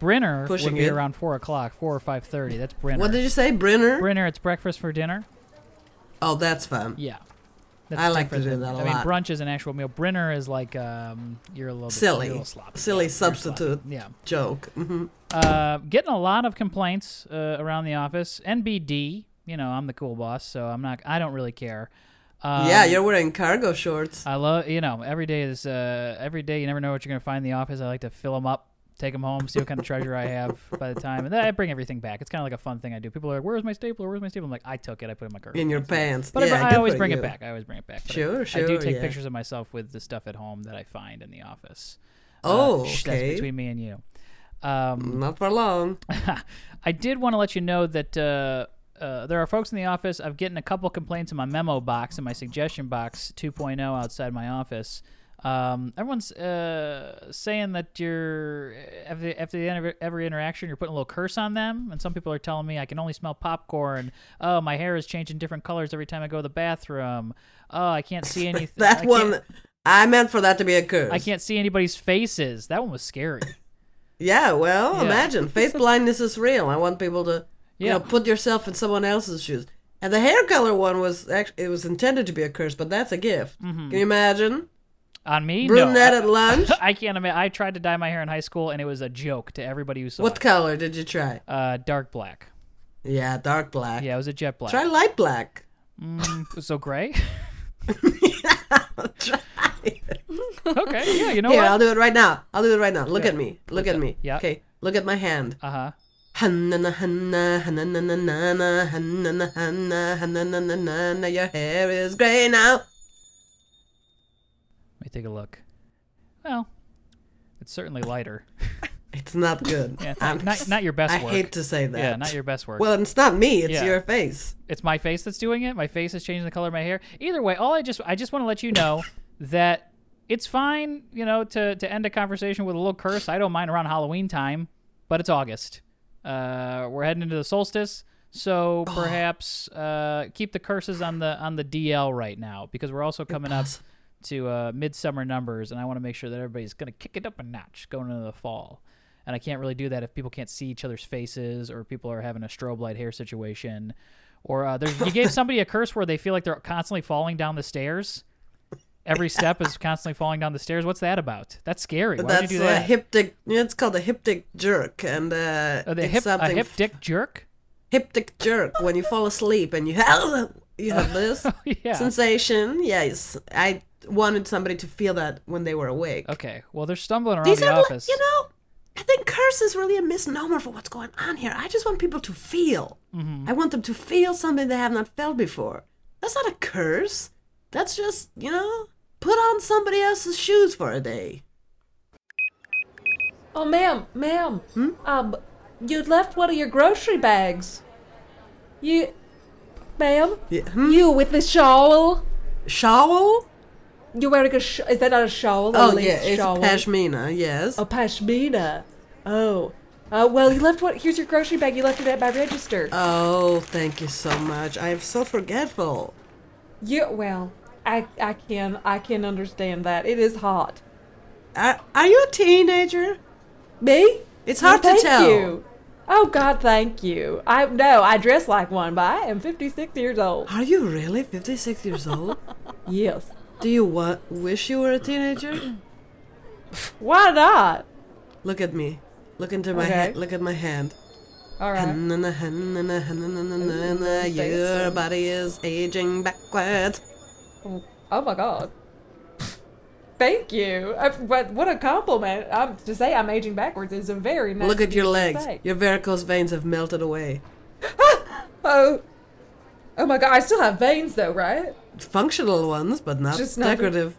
Speaker 3: Mm. Pushing
Speaker 1: would be
Speaker 3: it.
Speaker 1: around four o'clock, four or five thirty. That's Brinner.
Speaker 3: What did you say, Brinner?
Speaker 1: Brinner, it's breakfast for dinner.
Speaker 3: oh, that's fun.
Speaker 1: Yeah. That's
Speaker 3: I like to
Speaker 1: different
Speaker 3: do
Speaker 1: than-
Speaker 3: that a
Speaker 1: I mean,
Speaker 3: lot.
Speaker 1: brunch is an actual meal. Brinner is like um, you're a little bit,
Speaker 3: Silly.
Speaker 1: you're a little sloppy.
Speaker 3: Silly
Speaker 1: Yeah, you're
Speaker 3: substitute.
Speaker 1: sloppy. Yeah.
Speaker 3: Joke. hmm
Speaker 1: Uh, getting a lot of complaints uh, around the office. NBD, you know, I'm the cool boss, so I'm not. I don't really care. Um,
Speaker 3: yeah, you're wearing cargo shorts.
Speaker 1: I love you know every day is uh, every day you never know what you're gonna find in the office. I like to fill them up, take them home, see what kind of treasure I have by the time, and then I bring everything back. It's kind of like a fun thing I do. People are like, "Where's my stapler? Where's my stapler?" I'm like, "I took it. I put it in my cargo."
Speaker 3: in your
Speaker 1: pants."
Speaker 3: pants.
Speaker 1: But I-
Speaker 3: yeah,
Speaker 1: I,
Speaker 3: good
Speaker 1: always
Speaker 3: for
Speaker 1: bring
Speaker 3: you.
Speaker 1: it back. I always bring it back. But I-
Speaker 3: Sure,
Speaker 1: I
Speaker 3: sure,
Speaker 1: do take
Speaker 3: yeah.
Speaker 1: pictures of myself with the stuff at home that I find in the office.
Speaker 3: Oh,
Speaker 1: Uh, shh,
Speaker 3: okay.
Speaker 1: that's between me and you. Um,
Speaker 3: Not for long.
Speaker 1: I did want to let you know that uh, uh, there are folks in the office. I've getting a couple complaints in my memo box and my suggestion box 2.0 outside my office. Um, everyone's uh, saying that you're uh, after, after the end of e-, every interaction, you're putting a little curse on them, and some people are telling me I can only smell popcorn. Oh, my hair is changing different colors every time I go to the bathroom. Oh, I can't see anything. I
Speaker 3: That
Speaker 1: can't-
Speaker 3: one, I meant for that to be a curse.
Speaker 1: I can't see anybody's faces. That one was scary.
Speaker 3: Yeah, well,
Speaker 1: Yeah.
Speaker 3: imagine face blindness is real. I want people to, you
Speaker 1: Yeah.
Speaker 3: know, put yourself in someone else's shoes. And the hair color one was actually it was intended to be a curse, but that's a gift.
Speaker 1: Mm-hmm.
Speaker 3: Can you imagine
Speaker 1: On me, No.
Speaker 3: brunette at lunch?
Speaker 1: I can't imagine. I tried to dye my hair in high school, and it was a joke to everybody who saw
Speaker 3: what
Speaker 1: it.
Speaker 3: color did you try?
Speaker 1: Uh, dark black.
Speaker 3: Yeah, dark black.
Speaker 1: Yeah, it was a jet black.
Speaker 3: Try light black.
Speaker 1: Mm, so gray.
Speaker 3: Try.
Speaker 1: okay. Yeah. You know
Speaker 3: Here,
Speaker 1: what?
Speaker 3: I'll do it right now. I'll do it right now. Look at me. Look at me.
Speaker 1: Yeah.
Speaker 3: Okay. Look at my hand.
Speaker 1: Uh huh.
Speaker 3: Hanana hanana hanana nana hanana hanana hanana nana. Your hair is gray now.
Speaker 1: Let me take a look. Well, it's certainly lighter.
Speaker 3: It's not good.
Speaker 1: Yeah,
Speaker 3: I'm-
Speaker 1: not not your best
Speaker 3: I
Speaker 1: work.
Speaker 3: hate to say that.
Speaker 1: yeah, not your best work.
Speaker 3: Well, it's not me. It's
Speaker 1: Yeah.
Speaker 3: your face.
Speaker 1: it's my face that's doing it. My face is changing the color of my hair. Either way, all I just I just want to let you know that it's fine, you know, to to end a conversation with a little curse. I don't mind around Halloween time, but it's August. Uh, we're heading into the solstice, so perhaps uh, keep the curses on the on the DL right now because we're also coming up to uh, midsummer numbers, and I want to make sure that everybody's going to kick it up a notch going into the fall. And I can't really do that if people can't see each other's faces, or people are having a strobe light hair situation, or uh, there's, you gave somebody a curse where they feel like they're constantly falling down the stairs. Every step is constantly falling down the stairs. What's that about? That's scary. Why would
Speaker 3: That's
Speaker 1: you do
Speaker 3: a
Speaker 1: that?
Speaker 3: hyptic. yeah, It's called a hyptic jerk, and uh,
Speaker 1: Uh, the
Speaker 3: it's
Speaker 1: hip, a
Speaker 3: something
Speaker 1: hip dick jerk.
Speaker 3: hyptic jerk when you fall asleep and you you have this
Speaker 1: Oh, yeah.
Speaker 3: sensation. Yes, I wanted somebody to feel that when they were awake.
Speaker 1: Okay. Well, they're stumbling around
Speaker 3: These
Speaker 1: the
Speaker 3: are, like,
Speaker 1: office.
Speaker 3: you know. I think curse is really a misnomer for what's going on here. I just want people to feel.
Speaker 1: Mm-hmm.
Speaker 3: I want them to feel something they have not felt before. That's not a curse. That's just, you know, put on somebody else's shoes for a day.
Speaker 2: Oh, ma'am, ma'am.
Speaker 3: Hmm?
Speaker 2: Um, you left one of your grocery bags. You, ma'am,
Speaker 3: Yeah, hmm?
Speaker 2: you with the shawl.
Speaker 3: Shawl?
Speaker 2: You're wearing a. Sh- is that not a shawl?
Speaker 3: Oh,
Speaker 2: a lace
Speaker 3: yeah, it's
Speaker 2: shawl?
Speaker 3: pashmina, yes.
Speaker 2: A pashmina. Oh. Uh, well, you left what? Here's your grocery bag. You left it at my register.
Speaker 3: Oh, thank you so much. I am so forgetful.
Speaker 2: yeah. Well, I I can I can understand that. It is hot.
Speaker 3: Are, are you a teenager?
Speaker 2: Me?
Speaker 3: It's
Speaker 2: No,
Speaker 3: hard to
Speaker 2: thank
Speaker 3: tell.
Speaker 2: You. Oh God, thank you. I no, I dress like one, but I am 56 years old.
Speaker 3: Are you really 56 years old?
Speaker 2: Yes.
Speaker 3: Do you wa- wish you were a teenager?
Speaker 2: Why not?
Speaker 3: Look at me. Look into my
Speaker 2: Okay. Uh-huh.
Speaker 3: hand. Look at my hand.
Speaker 2: All right.
Speaker 3: Hanana, hanana, hanana,
Speaker 2: Ooh,
Speaker 3: hanana, Your
Speaker 2: dancing.
Speaker 3: body is aging backwards.
Speaker 2: Oh my God. Thank you. I, but what a compliment. Um, to say I'm aging backwards is a very nice.
Speaker 3: Look at your
Speaker 2: thing to
Speaker 3: legs.
Speaker 2: say.
Speaker 3: Your varicose veins have melted away.
Speaker 2: Oh. Oh my God. I still have veins though, right?
Speaker 3: Functional ones, but not
Speaker 2: Just not-
Speaker 3: decorative.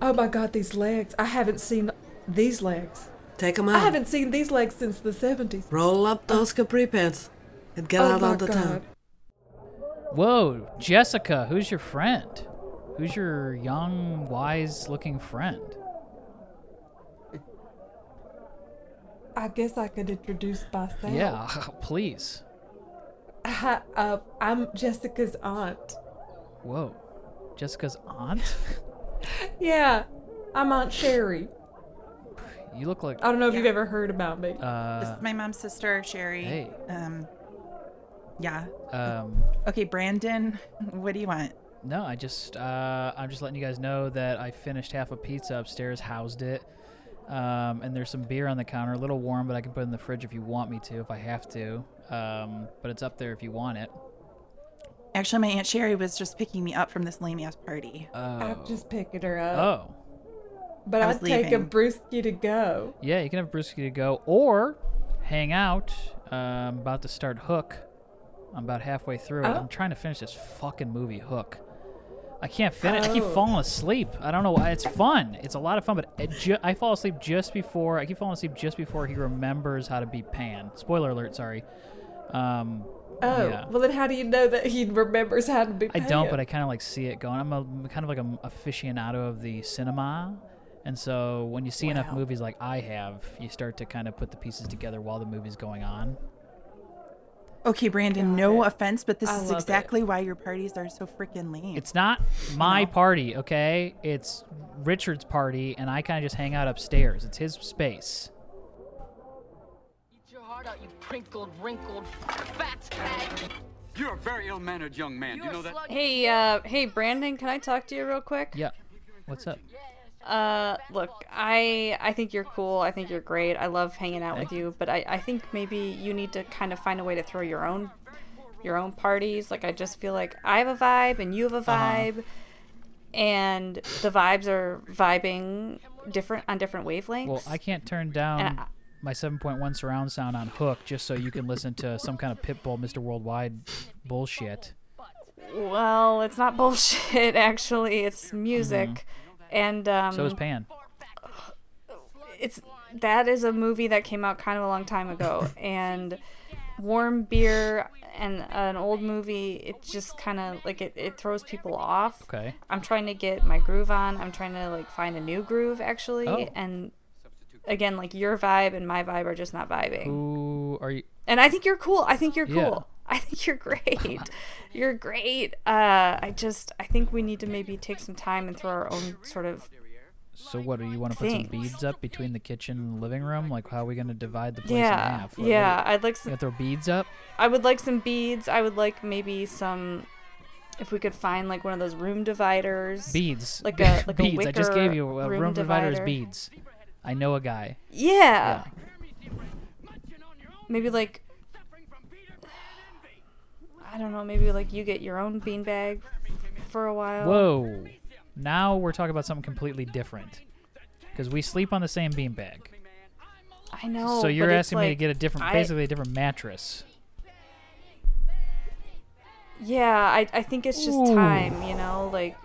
Speaker 2: Oh my God, these legs. I haven't seen these legs.
Speaker 3: Take 'em Take them
Speaker 2: I
Speaker 3: out.
Speaker 2: haven't seen these legs since the 70s.
Speaker 3: Roll up those capri pants and get
Speaker 2: Oh
Speaker 3: out
Speaker 2: my
Speaker 3: on the town.
Speaker 2: God.
Speaker 1: Whoa, Jessica, who's your friend? Who's your young, wise-looking friend?
Speaker 2: I guess I could introduce myself.
Speaker 1: Yeah, please.
Speaker 2: Hi, uh, I'm Jessica's aunt.
Speaker 1: Whoa. Jessica's aunt?
Speaker 2: Yeah, I'm Aunt Sherry.
Speaker 1: You look like.
Speaker 2: I don't know if you've ever heard about me.
Speaker 4: This
Speaker 1: Uh,
Speaker 4: is my mom's sister, Sherry.
Speaker 1: hey.
Speaker 4: Um, yeah.
Speaker 1: um,
Speaker 4: Okay, Brandon, what do you want?
Speaker 1: no, I just. Uh, I'm just letting you guys know that I finished half a pizza upstairs, housed it. Um, and there's some beer on the counter, a little warm, but I can put it in the fridge if you want me to, if I have to. Um, but it's up there if you want it.
Speaker 4: Actually, my aunt Sherry was just picking me up from this lame ass party.
Speaker 2: I'm just picking her up.
Speaker 1: Oh,
Speaker 2: but
Speaker 4: I
Speaker 2: I'd
Speaker 4: was
Speaker 2: take a
Speaker 4: leaving.
Speaker 2: brewski to go.
Speaker 1: yeah, you can have brewski to go or hang out. Um I'm about to start Hook. I'm about halfway through it.
Speaker 2: Oh.
Speaker 1: I'm trying to finish this fucking movie, Hook. I can't finish. I keep
Speaker 2: Oh.
Speaker 1: falling asleep. I don't know why. It's fun. It's a lot of fun, but it ju- I fall asleep just before. I keep falling asleep just before he remembers how to beat Pan. Spoiler alert. Sorry. Um,
Speaker 2: Oh,
Speaker 1: yeah.
Speaker 2: well then how do you know that he remembers how to be
Speaker 1: I don't, but I kind of like see it going. I'm a I'm kind of like an aficionado of the cinema, and so when you see enough movies like I have, you start to kind of put the pieces together while the movie's going on.
Speaker 4: Okay, Brandon, no offense, but this
Speaker 2: I
Speaker 4: is
Speaker 2: love it.
Speaker 4: exactly why your parties are so freaking lame.
Speaker 1: It's not my party, okay? It's Richard's party, and I kind of just hang out upstairs. It's his space.
Speaker 6: Eat your heart out, you crinkled, wrinkled, fat bag.
Speaker 7: You're a very ill-mannered young man. Do you know that?
Speaker 5: Hey, uh, hey, Brandon, can I talk to you real quick?
Speaker 1: Yeah. What's up?
Speaker 5: Uh, look, I I think you're cool. I think you're great. I love hanging out with you, but I I think maybe you need to kind of find a way to throw your own your own parties. Like I just feel like I have a vibe and you have
Speaker 1: Uh-huh.
Speaker 5: a vibe, and the vibes are vibing different on different wavelengths.
Speaker 1: Well, I can't turn down
Speaker 5: Uh,
Speaker 1: my 7.1 surround sound on Hook just so you can listen to some kind of Pitbull Mr. Worldwide bullshit.
Speaker 5: Well, it's not bullshit actually. It's music. And um
Speaker 1: Mm-hmm. So is Pan.
Speaker 5: it's that is a movie that came out kind of a long time ago and warm beer and an old movie it just kind of like it, it throws people off
Speaker 1: Okay.
Speaker 5: i'm trying to get my groove on i'm trying to like find a new groove actually
Speaker 1: Oh.
Speaker 5: and again like your vibe and my vibe are just not vibing
Speaker 1: Ooh, are you?
Speaker 5: and I think you're cool. I think you're cool.
Speaker 1: Yeah.
Speaker 5: I think you're great. you're great. Uh, I just I think we need to maybe take some time and throw our own sort of
Speaker 1: So what do you want to put some
Speaker 5: Thanks.
Speaker 1: beads up between the kitchen and the living room? Like how are we gonna divide the place in
Speaker 5: yeah
Speaker 1: half? Like, what-
Speaker 5: yeah. I'd like
Speaker 1: You
Speaker 5: some.
Speaker 1: gonna throw beads up?
Speaker 5: I would like some beads. I would like maybe some. If we could find like one of those room dividers.
Speaker 1: Beads.
Speaker 5: Like a- like a
Speaker 1: beads. I just gave
Speaker 5: wicker
Speaker 1: you a
Speaker 5: room
Speaker 1: room divider is
Speaker 5: divider.
Speaker 1: beads. I know a guy.
Speaker 5: Yeah. Maybe like I don't know, maybe like you get your own beanbag for a while.
Speaker 1: Whoa. Now we're talking about something completely different. Because we sleep on the same beanbag.
Speaker 5: I know.
Speaker 1: so you're
Speaker 5: but it's
Speaker 1: asking me to
Speaker 5: like,
Speaker 1: get a different,
Speaker 5: I-
Speaker 1: basically a different mattress.
Speaker 5: Yeah, I I think it's just
Speaker 1: Ooh.
Speaker 5: time, you know, like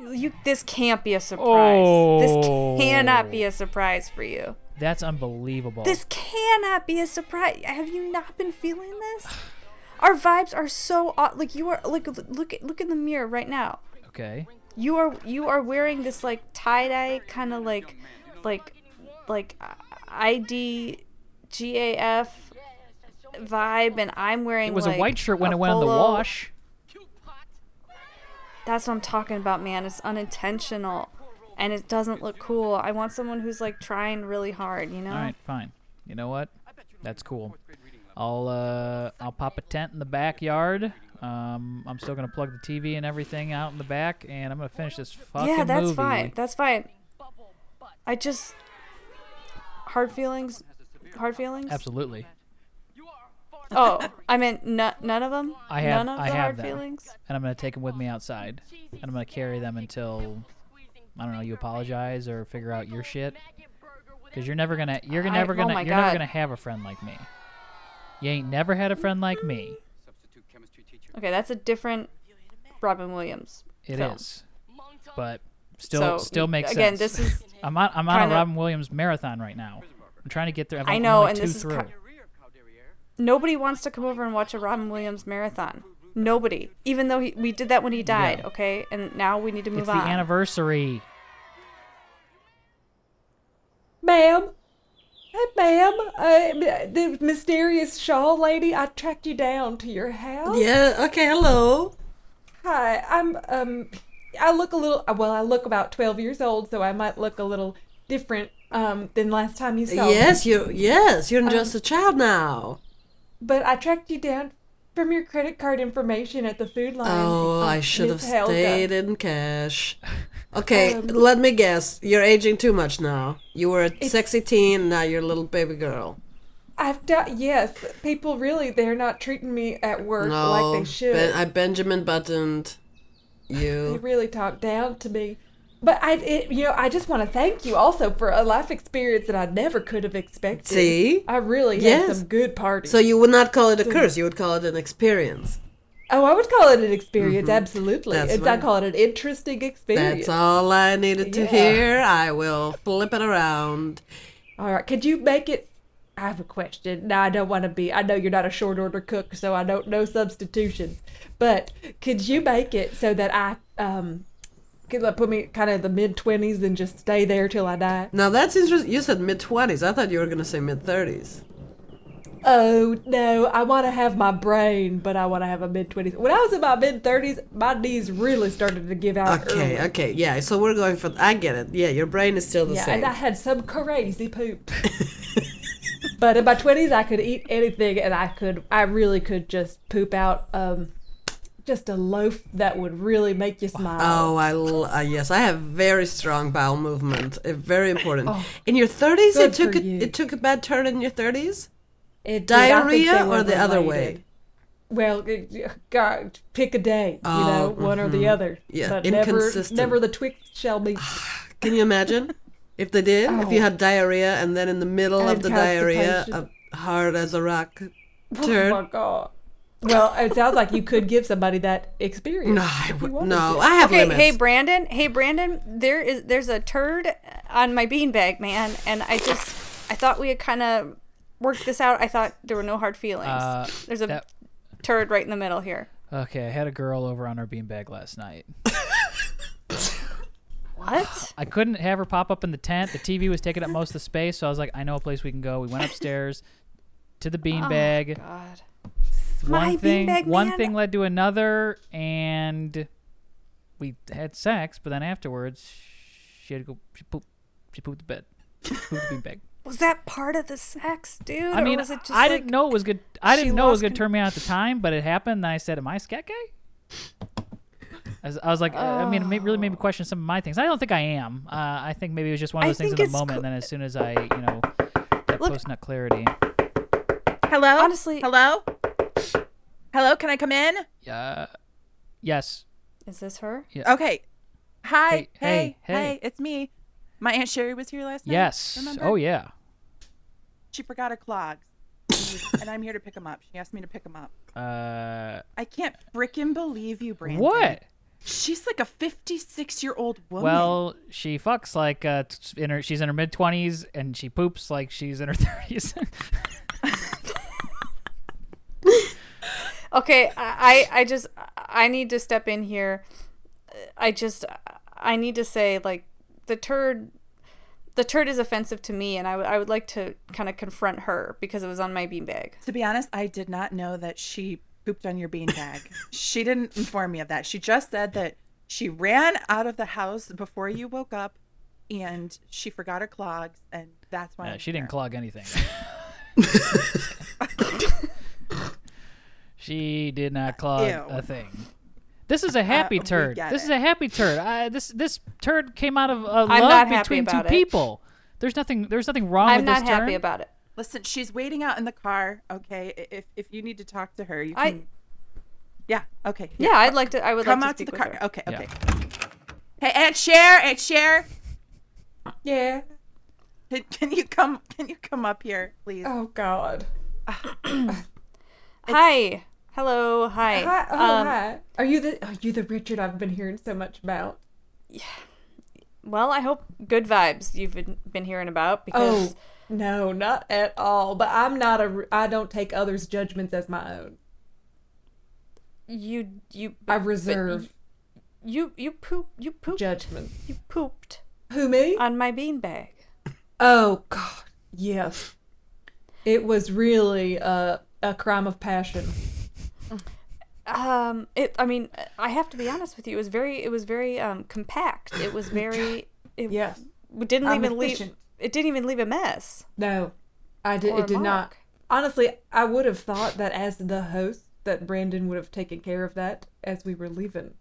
Speaker 5: you this can't be a surprise.
Speaker 1: Oh.
Speaker 5: This cannot be a surprise for you.
Speaker 1: That's unbelievable.
Speaker 5: This cannot be a surprise. Have you not been feeling this? Our vibes are so odd. Like you are like look look in the mirror right now.
Speaker 1: okay.
Speaker 5: You are you are wearing this like tie dye kind of like like like ID GAF vibe, and I'm wearing.
Speaker 1: It was
Speaker 5: like,
Speaker 1: a white shirt when
Speaker 5: a
Speaker 1: it went in the
Speaker 5: polo.
Speaker 1: wash.
Speaker 5: That's what I'm talking about, man. It's unintentional, and it doesn't look cool. I want someone who's like trying really hard, you know.
Speaker 1: All right, fine. You know what? That's cool. I'll uh, I'll pop a tent in the backyard. Um, I'm still gonna plug the TV and everything out in the back, and I'm gonna finish this fucking
Speaker 5: yeah, that's
Speaker 1: movie.
Speaker 5: fine. That's fine. I just hard feelings. Hard feelings.
Speaker 1: Absolutely.
Speaker 5: Oh, I meant no, none of them.
Speaker 1: I have-
Speaker 5: none of
Speaker 1: I
Speaker 5: the
Speaker 1: have
Speaker 5: hard
Speaker 1: them.
Speaker 5: feelings.
Speaker 1: And I'm gonna take them with me outside, and I'm gonna carry them until I don't know. You apologize or figure out your shit, because you're never gonna you're
Speaker 5: I-
Speaker 1: never
Speaker 5: oh
Speaker 1: gonna
Speaker 5: my
Speaker 1: you're never
Speaker 5: God.
Speaker 1: gonna have a friend like me. You ain't never had a friend like me.
Speaker 7: Substitute chemistry teacher.
Speaker 5: Okay, that's a different Robin Williams.
Speaker 1: It is,
Speaker 5: film.
Speaker 1: but still
Speaker 5: So,
Speaker 1: still makes
Speaker 5: again,
Speaker 1: sense.
Speaker 5: this is-
Speaker 1: I'm on I'm on a
Speaker 5: kinda-
Speaker 1: Robin Williams marathon right now. I'm trying to get there. I'm
Speaker 5: I
Speaker 1: on-
Speaker 5: know,
Speaker 1: only
Speaker 5: and
Speaker 1: two
Speaker 5: this is
Speaker 1: through.
Speaker 5: kind- Nobody wants to come over and watch a Robin Williams marathon. Nobody. Even though he, we did that when he died,
Speaker 1: Yeah.
Speaker 5: okay? And now we need to move
Speaker 1: it's
Speaker 5: on.
Speaker 1: the anniversary.
Speaker 2: Ma'am, Hey, ma'am, uh, the mysterious shawl lady, I tracked you down to your house.
Speaker 3: Yeah. Okay. Hello.
Speaker 2: Hi, I'm um, I look a little well. I look about twelve years old, so I might look a little different um than last time you saw me.
Speaker 3: Yes. You. Yes. You're
Speaker 2: Um,
Speaker 3: just a child now.
Speaker 2: But I tracked you down from your credit card information at the food line.
Speaker 3: Oh,
Speaker 2: um,
Speaker 3: I should have
Speaker 2: Miss Helga.
Speaker 3: stayed in cash. Okay,
Speaker 2: Um,
Speaker 3: let me guess. You're aging too much now. You were a sexy teen, now you're a little baby girl.
Speaker 2: I've done yes. People really, they're not treating me at work
Speaker 3: No,
Speaker 2: like they should.
Speaker 3: Ben- I Benjamin Buttoned
Speaker 2: they
Speaker 3: you.
Speaker 2: really talk down to me. But I, it, you know, I just want to thank you also for a life experience that I never could have expected.
Speaker 3: See?
Speaker 2: I really had
Speaker 3: Yes.
Speaker 2: some good parties.
Speaker 3: So you would not call it a curse, you would call it an experience.
Speaker 2: oh, I would call it an experience, absolutely.
Speaker 3: Mm-hmm. That's
Speaker 2: It's, I
Speaker 3: right.
Speaker 2: call it an interesting experience.
Speaker 3: That's all I needed to
Speaker 2: Yeah.
Speaker 3: hear. I will flip it around.
Speaker 2: All right, could you make it? I have a question. Now I don't want to be. I know you're not a short order cook, so I don't know substitutions. But could you make it so that I um could like, put me kind of in the mid twenties and just stay there till I die?
Speaker 3: Now that's interesting. You said mid 20s. I thought you were going to say mid 30s.
Speaker 2: Oh no, I want to have my brain, but I want to have a mid twenties. When I was in my mid thirties, my knees really started to give out.
Speaker 3: Okay,
Speaker 2: early.
Speaker 3: okay. Yeah, so we're going for I get it. Yeah, your brain is still the
Speaker 2: Yeah,
Speaker 3: same.
Speaker 2: and I had some crazy poop. but in my twenties, I could eat anything, and I could, I really could just poop out um, just a loaf that would really make you smile.
Speaker 3: Oh, I l- uh, yes, I have very strong bowel movement. Uh, very important. in your thirties, it
Speaker 2: Oh. good for
Speaker 3: took a,
Speaker 2: you.
Speaker 3: it took a bad turn in your thirties.
Speaker 2: It did- I think they
Speaker 3: Diarrhea
Speaker 2: were
Speaker 3: or the other
Speaker 2: related.
Speaker 3: way.
Speaker 2: Well, it- God, pick a day, you know, one or the other.
Speaker 3: Oh, mm-hmm. Yeah,
Speaker 2: but
Speaker 3: inconsistent.
Speaker 2: Never, never the twixt shall meet.
Speaker 3: Can you imagine if they did? If
Speaker 2: Oh.
Speaker 3: you had diarrhea and then in the middle of
Speaker 2: And
Speaker 3: the diarrhea,
Speaker 2: constipation.
Speaker 3: a hard as a rock
Speaker 2: Oh
Speaker 3: turn.
Speaker 2: my God. Well, it sounds like you could give somebody that experience.
Speaker 3: no, I
Speaker 2: if you
Speaker 3: w-
Speaker 2: wanted
Speaker 3: no,
Speaker 2: to.
Speaker 3: I have
Speaker 5: Okay,
Speaker 3: limits.
Speaker 5: hey Brandon, hey Brandon, there is there's a turd on my beanbag, man, and I just I thought we had kind of worked this out. I thought there were no hard feelings.
Speaker 1: Uh,
Speaker 5: there's a
Speaker 1: that-
Speaker 5: turd right in the middle here.
Speaker 1: Okay, I had a girl over on her beanbag last night.
Speaker 5: What?
Speaker 1: I couldn't have her pop up in the tent. The TV was taking up most of the space, so I was like, I know a place we can go. We went upstairs to the beanbag.
Speaker 5: God. Oh, My
Speaker 1: one thing,
Speaker 5: beanbag
Speaker 1: one
Speaker 5: man.
Speaker 1: thing led to another, and we had sex. But then afterwards, she had to go. She pooped. She pooped the bed. She pooped the beanbag.
Speaker 5: Was that part of the sex, dude?
Speaker 1: I mean,
Speaker 5: or was it just
Speaker 1: I
Speaker 5: like,
Speaker 1: didn't know it was good. I
Speaker 5: she
Speaker 1: didn't know it was
Speaker 5: lost
Speaker 1: going to
Speaker 5: con-
Speaker 1: turn me on at the time, but it happened. And I said, "Am I scat guy?" I was, I was like, uh, I mean, it ma- really made me question some of my things. I don't think I am. Uh, I think maybe it was just one of
Speaker 5: Oh. I
Speaker 1: those things in
Speaker 5: think
Speaker 1: the
Speaker 5: it's
Speaker 1: moment.
Speaker 5: co-
Speaker 1: and then as soon as I, you know, that
Speaker 5: Look-
Speaker 1: post nut clarity.
Speaker 4: Hello?
Speaker 5: Honestly-
Speaker 4: Hello? Hello, can I come in?
Speaker 1: Uh, yes.
Speaker 5: Is this her?
Speaker 4: Okay. Hi.
Speaker 1: Hey, hey,
Speaker 4: Hey. Hey.
Speaker 1: hey.
Speaker 4: It's me. My aunt Sherry was here last night.
Speaker 1: Yes.
Speaker 4: Remember?
Speaker 1: Oh yeah.
Speaker 4: She forgot her clogs, and I'm here to pick them up. She asked me to pick them up.
Speaker 1: Uh,
Speaker 4: I can't frickin' believe you, Brandon.
Speaker 1: what?
Speaker 4: She's like a 56 year old woman.
Speaker 1: Well, she fucks like uh, t- in her. She's in her mid twenties, and she poops like she's in her thirties.
Speaker 5: Okay, I, I I just I need to step in here. I just I need to say like the turd the turd is offensive to me and I would I would like to kind of confront her because it was on my beanbag.
Speaker 4: to be honest, I did not know that she pooped on your beanbag. she didn't inform me of that. She just said that she ran out of the house before you woke up, and she forgot her clogs, and that's why
Speaker 1: Uh,
Speaker 4: I'm
Speaker 1: she didn't
Speaker 4: here.
Speaker 1: clog anything. she did not clog
Speaker 4: Uh, Ew. Uh,
Speaker 1: a thing. This is a happy
Speaker 4: we
Speaker 1: turd.
Speaker 4: get
Speaker 1: This is
Speaker 4: it.
Speaker 1: a happy turd. I, this this turd came out of a love
Speaker 5: not happy
Speaker 1: between two
Speaker 5: about it.
Speaker 1: people. There's nothing. There's nothing wrong
Speaker 5: I'm
Speaker 1: with
Speaker 5: not
Speaker 1: this
Speaker 5: happy
Speaker 1: turd.
Speaker 5: about it.
Speaker 4: Listen, she's waiting out in the car. Okay, I- if if you need to talk to her, you can.
Speaker 5: I
Speaker 4: Yeah. Okay.
Speaker 5: yeah, I'd like to I would
Speaker 4: Come
Speaker 5: like
Speaker 4: out
Speaker 5: to
Speaker 4: to
Speaker 5: speak
Speaker 4: the car.
Speaker 5: with
Speaker 4: oh,
Speaker 5: her.
Speaker 4: Okay.
Speaker 1: Yeah.
Speaker 4: Okay. Hey, Aunt Cher. Aunt Cher.
Speaker 2: Yeah.
Speaker 4: Can- Can you come? Can you come up here, please?
Speaker 2: Oh God.
Speaker 5: Hi. Hello. Hi.
Speaker 2: Hi. Oh,
Speaker 5: Um,
Speaker 2: hi. Are you the Are you the Richard I've been hearing so much about?
Speaker 5: Well, I hope good vibes you've been, been hearing about because
Speaker 2: Oh no, not at all. But I'm not a. I don't take others' judgments as my own.
Speaker 5: you you
Speaker 2: I reserve
Speaker 5: you you poop you pooped
Speaker 2: judgment.
Speaker 5: you pooped
Speaker 2: Who me?
Speaker 5: on my beanbag.
Speaker 2: oh God, Yes. It was really a, a crime of passion.
Speaker 5: Um, it. I mean, I have to be honest with you. It was very. It was very um compact. It was very. It
Speaker 2: Yes.
Speaker 5: w- didn't
Speaker 2: I'm
Speaker 5: even leave.
Speaker 2: efficient.
Speaker 5: It didn't even leave a mess.
Speaker 2: No, I did.
Speaker 5: Or
Speaker 2: It did not.
Speaker 5: Mark.
Speaker 2: Honestly, I would have thought that as the host, that Brandon would have taken care of that as we were leaving.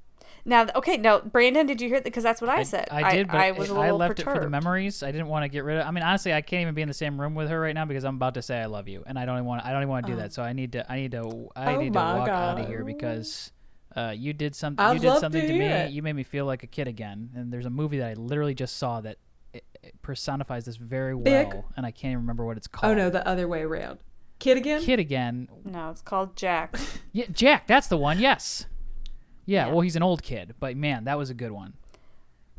Speaker 5: Now, th- okay, now Brandon, did you hear? Because that's what I, said.
Speaker 1: I, did, but
Speaker 5: I, was a
Speaker 1: I
Speaker 5: little
Speaker 1: left it for the
Speaker 5: perturbed.
Speaker 1: memories. I didn't want to get rid of. I mean, honestly, I can't even be in the same room with her right now because I'm about to say I love you, and I don't even want. I don't even want to do that. So I need to. I need to. I
Speaker 2: Oh
Speaker 1: need to
Speaker 2: my
Speaker 1: walk out of here
Speaker 2: God.
Speaker 1: because uh, you did something.
Speaker 2: I'd
Speaker 1: You did
Speaker 2: love to
Speaker 1: something to, me.
Speaker 2: hear it.
Speaker 1: You made me feel like a kid again. And there's a movie that I literally just saw that it, it personifies this very well,
Speaker 2: Big?
Speaker 1: and I can't even remember what it's
Speaker 2: Oh,
Speaker 1: called.
Speaker 2: no, the other way around. Kid again?
Speaker 1: kid again.
Speaker 5: No, it's called Jack.
Speaker 1: Yeah, Jack. That's the one. Yes. Yeah,
Speaker 5: Yeah.
Speaker 1: Well, he's an old kid, but man, that was a good one.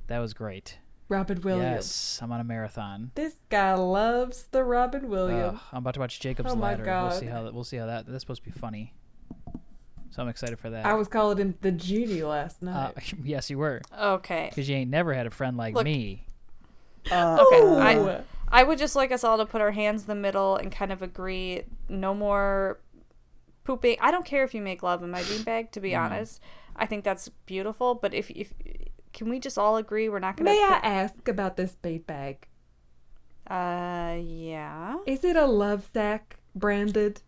Speaker 1: That was great.
Speaker 2: Robin Williams.
Speaker 1: Yes, I'm on a marathon.
Speaker 2: This guy loves the Robin Williams.
Speaker 1: Ugh, I'm about to watch Jacob's
Speaker 2: Oh my
Speaker 1: Ladder. We'll see
Speaker 2: God.
Speaker 1: how that. We'll see how that. That's supposed to be funny. So I'm excited for that.
Speaker 2: I was calling him the genie last
Speaker 1: Uh,
Speaker 2: night.
Speaker 1: yes, you were,
Speaker 5: Okay.
Speaker 1: because you ain't never had a friend like
Speaker 5: Look.
Speaker 1: me.
Speaker 5: Okay.
Speaker 2: Ooh.
Speaker 5: I, I would just like us all to put our hands in the middle and kind of agree no more pooping. I don't care if you make love in my beanbag, to be
Speaker 2: Mm.
Speaker 5: honest. I think that's beautiful, but if, if can we just all agree we're not going
Speaker 2: May I
Speaker 5: to.
Speaker 2: ask about this bait bag?
Speaker 5: Uh, yeah.
Speaker 2: Is it a love sack branded?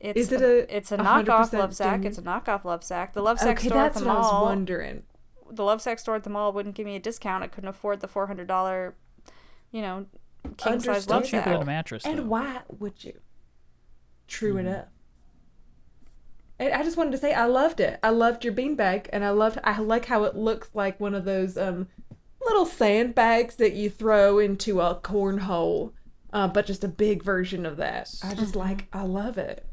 Speaker 5: It's
Speaker 2: Is it a
Speaker 5: it's a
Speaker 2: 100%
Speaker 5: knockoff love sack.
Speaker 2: genuine?
Speaker 5: It's a knockoff love sack. The love sack
Speaker 2: Okay,
Speaker 5: store at
Speaker 2: that's
Speaker 5: the
Speaker 2: what I was
Speaker 5: mall.
Speaker 2: wondering.
Speaker 5: the love sex store at the mall wouldn't give me a discount. I couldn't afford the four hundred dollar, you know, king size
Speaker 2: Understood.
Speaker 1: Still
Speaker 5: love
Speaker 2: Love
Speaker 1: cheaper
Speaker 5: sack.
Speaker 1: than a mattress. though.
Speaker 2: And why would you? True it up. And I just wanted to say I loved it. I loved your beanbag, and I loved. I like how it looks like one of those um little sandbags that you throw into a cornhole, uh, but just a big version of that. I just like. I love it.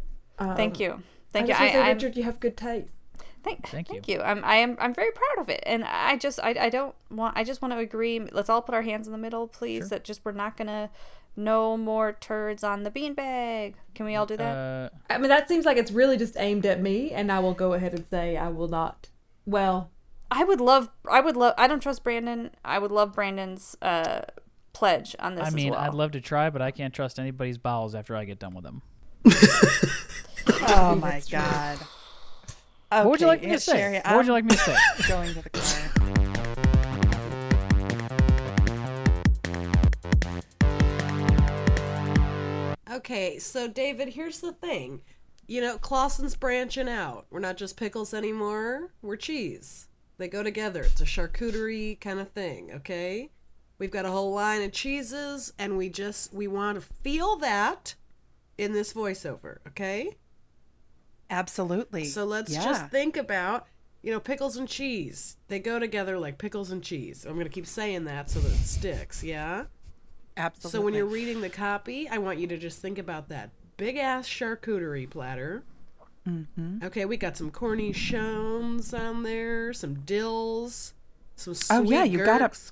Speaker 2: Um,
Speaker 5: Thank you,
Speaker 2: I
Speaker 5: thank you.
Speaker 2: just
Speaker 5: I,
Speaker 2: wanna say,
Speaker 5: I'm,
Speaker 2: Richard, you have good taste.
Speaker 5: thank,
Speaker 1: Thank
Speaker 5: thank, you. I'm, I am. I'm very proud of it, and I just, I, I don't want. I just want to agree. Let's all put our hands in the middle, please. That just we're not gonna, no more turds on the beanbag. Can we all do that?
Speaker 1: Uh,
Speaker 2: I mean, that seems like it's really just aimed at me, and I will go ahead and say I will not. Well,
Speaker 5: I would love. I would love. I don't trust Brandon. I would love Brandon's uh pledge on this.
Speaker 1: I mean,
Speaker 5: as well.
Speaker 1: I'd love to try, but I can't trust anybody's bowels after I get done with them.
Speaker 4: Oh my god. Okay,
Speaker 1: What would you like me to
Speaker 4: Aunt
Speaker 1: say?
Speaker 4: Sherry,
Speaker 1: what would you like
Speaker 4: I'm
Speaker 1: me to say?
Speaker 4: Going to the car.
Speaker 3: Okay, so David, here's the thing. You know, Clausen's branching out. We're not just pickles anymore. We're cheese. They go together. It's a charcuterie kind of thing, okay? We've got a whole line of cheeses and we just we want to feel that in this voiceover, okay?
Speaker 4: Absolutely.
Speaker 3: So let's
Speaker 4: Yeah.
Speaker 3: just think about, you know, pickles and cheese. They go together like pickles and cheese. I'm going to keep saying that so that it sticks, yeah?
Speaker 4: Absolutely.
Speaker 3: So when you're reading the copy, I want you to just think about that big ass charcuterie platter. Mm-hmm. Okay, we got some cornichons on there, some dills, some sweet
Speaker 4: Oh, yeah, you gotta-
Speaker 3: gherks.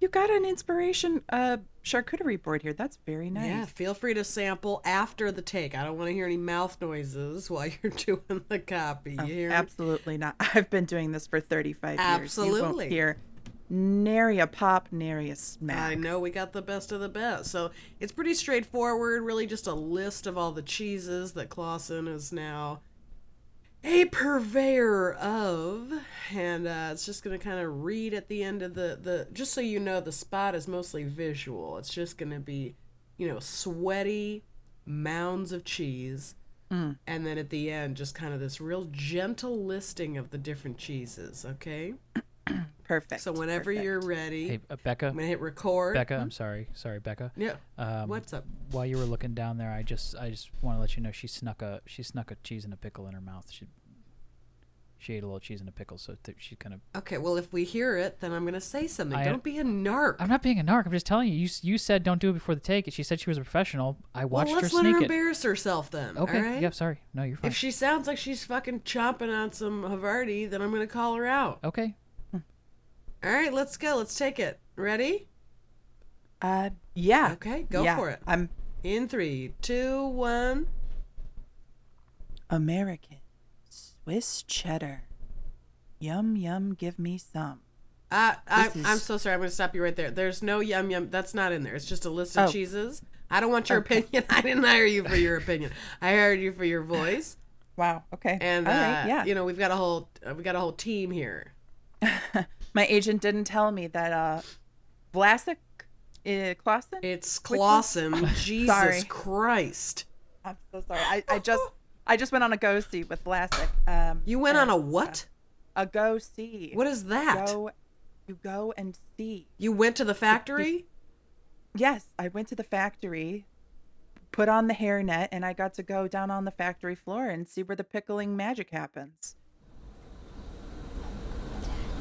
Speaker 4: you got an inspiration uh charcuterie board here. That's very nice.
Speaker 3: Yeah, feel free to sample after the take. I don't want to hear any mouth noises while you're doing the copy.
Speaker 4: Oh,
Speaker 3: You hear?
Speaker 4: Absolutely not. I've been doing this for 35 years. You
Speaker 3: Absolutely.
Speaker 4: won't hear nary a pop, nary a smack.
Speaker 3: I know we got the best of the best. So it's pretty straightforward, really just a list of all the cheeses that Clausen is now a purveyor of. And uh, it's just going to kind of read at the end of the, the, just so you know, the spot is mostly visual. It's just going to be, you know, sweaty mounds of cheese. And then at the end, just kind of this real gentle listing of the different cheeses, okay?
Speaker 4: Perfect.
Speaker 3: So whenever you're ready,
Speaker 1: hey, uh, Becca.
Speaker 3: I'm going to hit record.
Speaker 1: Becca,
Speaker 2: Hmm?
Speaker 1: I'm sorry. Sorry, Becca.
Speaker 3: Yeah.
Speaker 1: Um,
Speaker 3: What's up?
Speaker 1: While you were looking down there, I just I just want to let you know she snuck a she snuck a cheese and a pickle in her mouth. She she ate a little cheese and a pickle, so th- she's gonna.
Speaker 3: Okay, well, if we hear it, then I'm going to say something.
Speaker 1: I-
Speaker 3: Don't be a narc.
Speaker 1: I'm not being a narc. I'm just telling you. You s- you said don't do it before the take. She said she was a professional. I watched
Speaker 3: well, let's
Speaker 1: her
Speaker 3: let
Speaker 1: sneak
Speaker 3: her
Speaker 1: it.
Speaker 3: embarrass herself then.
Speaker 1: okay.
Speaker 3: All right?
Speaker 1: Yep. Sorry. No, you're fine.
Speaker 3: If she sounds like she's fucking chomping on some Havarti, then I'm going to call her out.
Speaker 1: okay.
Speaker 3: All right, let's go. Let's take it. Ready?
Speaker 4: Uh, yeah.
Speaker 3: Okay, go
Speaker 4: Yeah.
Speaker 3: for it.
Speaker 4: I'm
Speaker 3: In three, two, one.
Speaker 4: American Swiss cheddar. Yum yum, give me some.
Speaker 3: Uh, I, I,
Speaker 4: This is-
Speaker 3: I'm so sorry. I'm going to stop you right there. There's no yum yum. That's not in there. It's just a list of
Speaker 4: Oh.
Speaker 3: cheeses. I don't want your opinion. I didn't hire you for your opinion. I hired you for your voice.
Speaker 4: Wow. Okay.
Speaker 3: And
Speaker 4: All
Speaker 3: uh,
Speaker 4: right, yeah.
Speaker 3: you know, we've got a whole uh, we got a whole team here.
Speaker 4: My agent didn't tell me that uh Vlasic uh, Clausen.
Speaker 3: It's
Speaker 4: Which
Speaker 3: Clawson. Jesus
Speaker 4: Sorry.
Speaker 3: Christ.
Speaker 4: I'm so sorry. I, I just I just went on a go see with Vlasic. Um
Speaker 3: You went on a what?
Speaker 4: a go see.
Speaker 3: What is that?
Speaker 4: Go you go and see.
Speaker 3: You went to the factory?
Speaker 4: Yes, I went to the factory, put on the hairnet, and I got to go down on the factory floor and see where the pickling magic happens.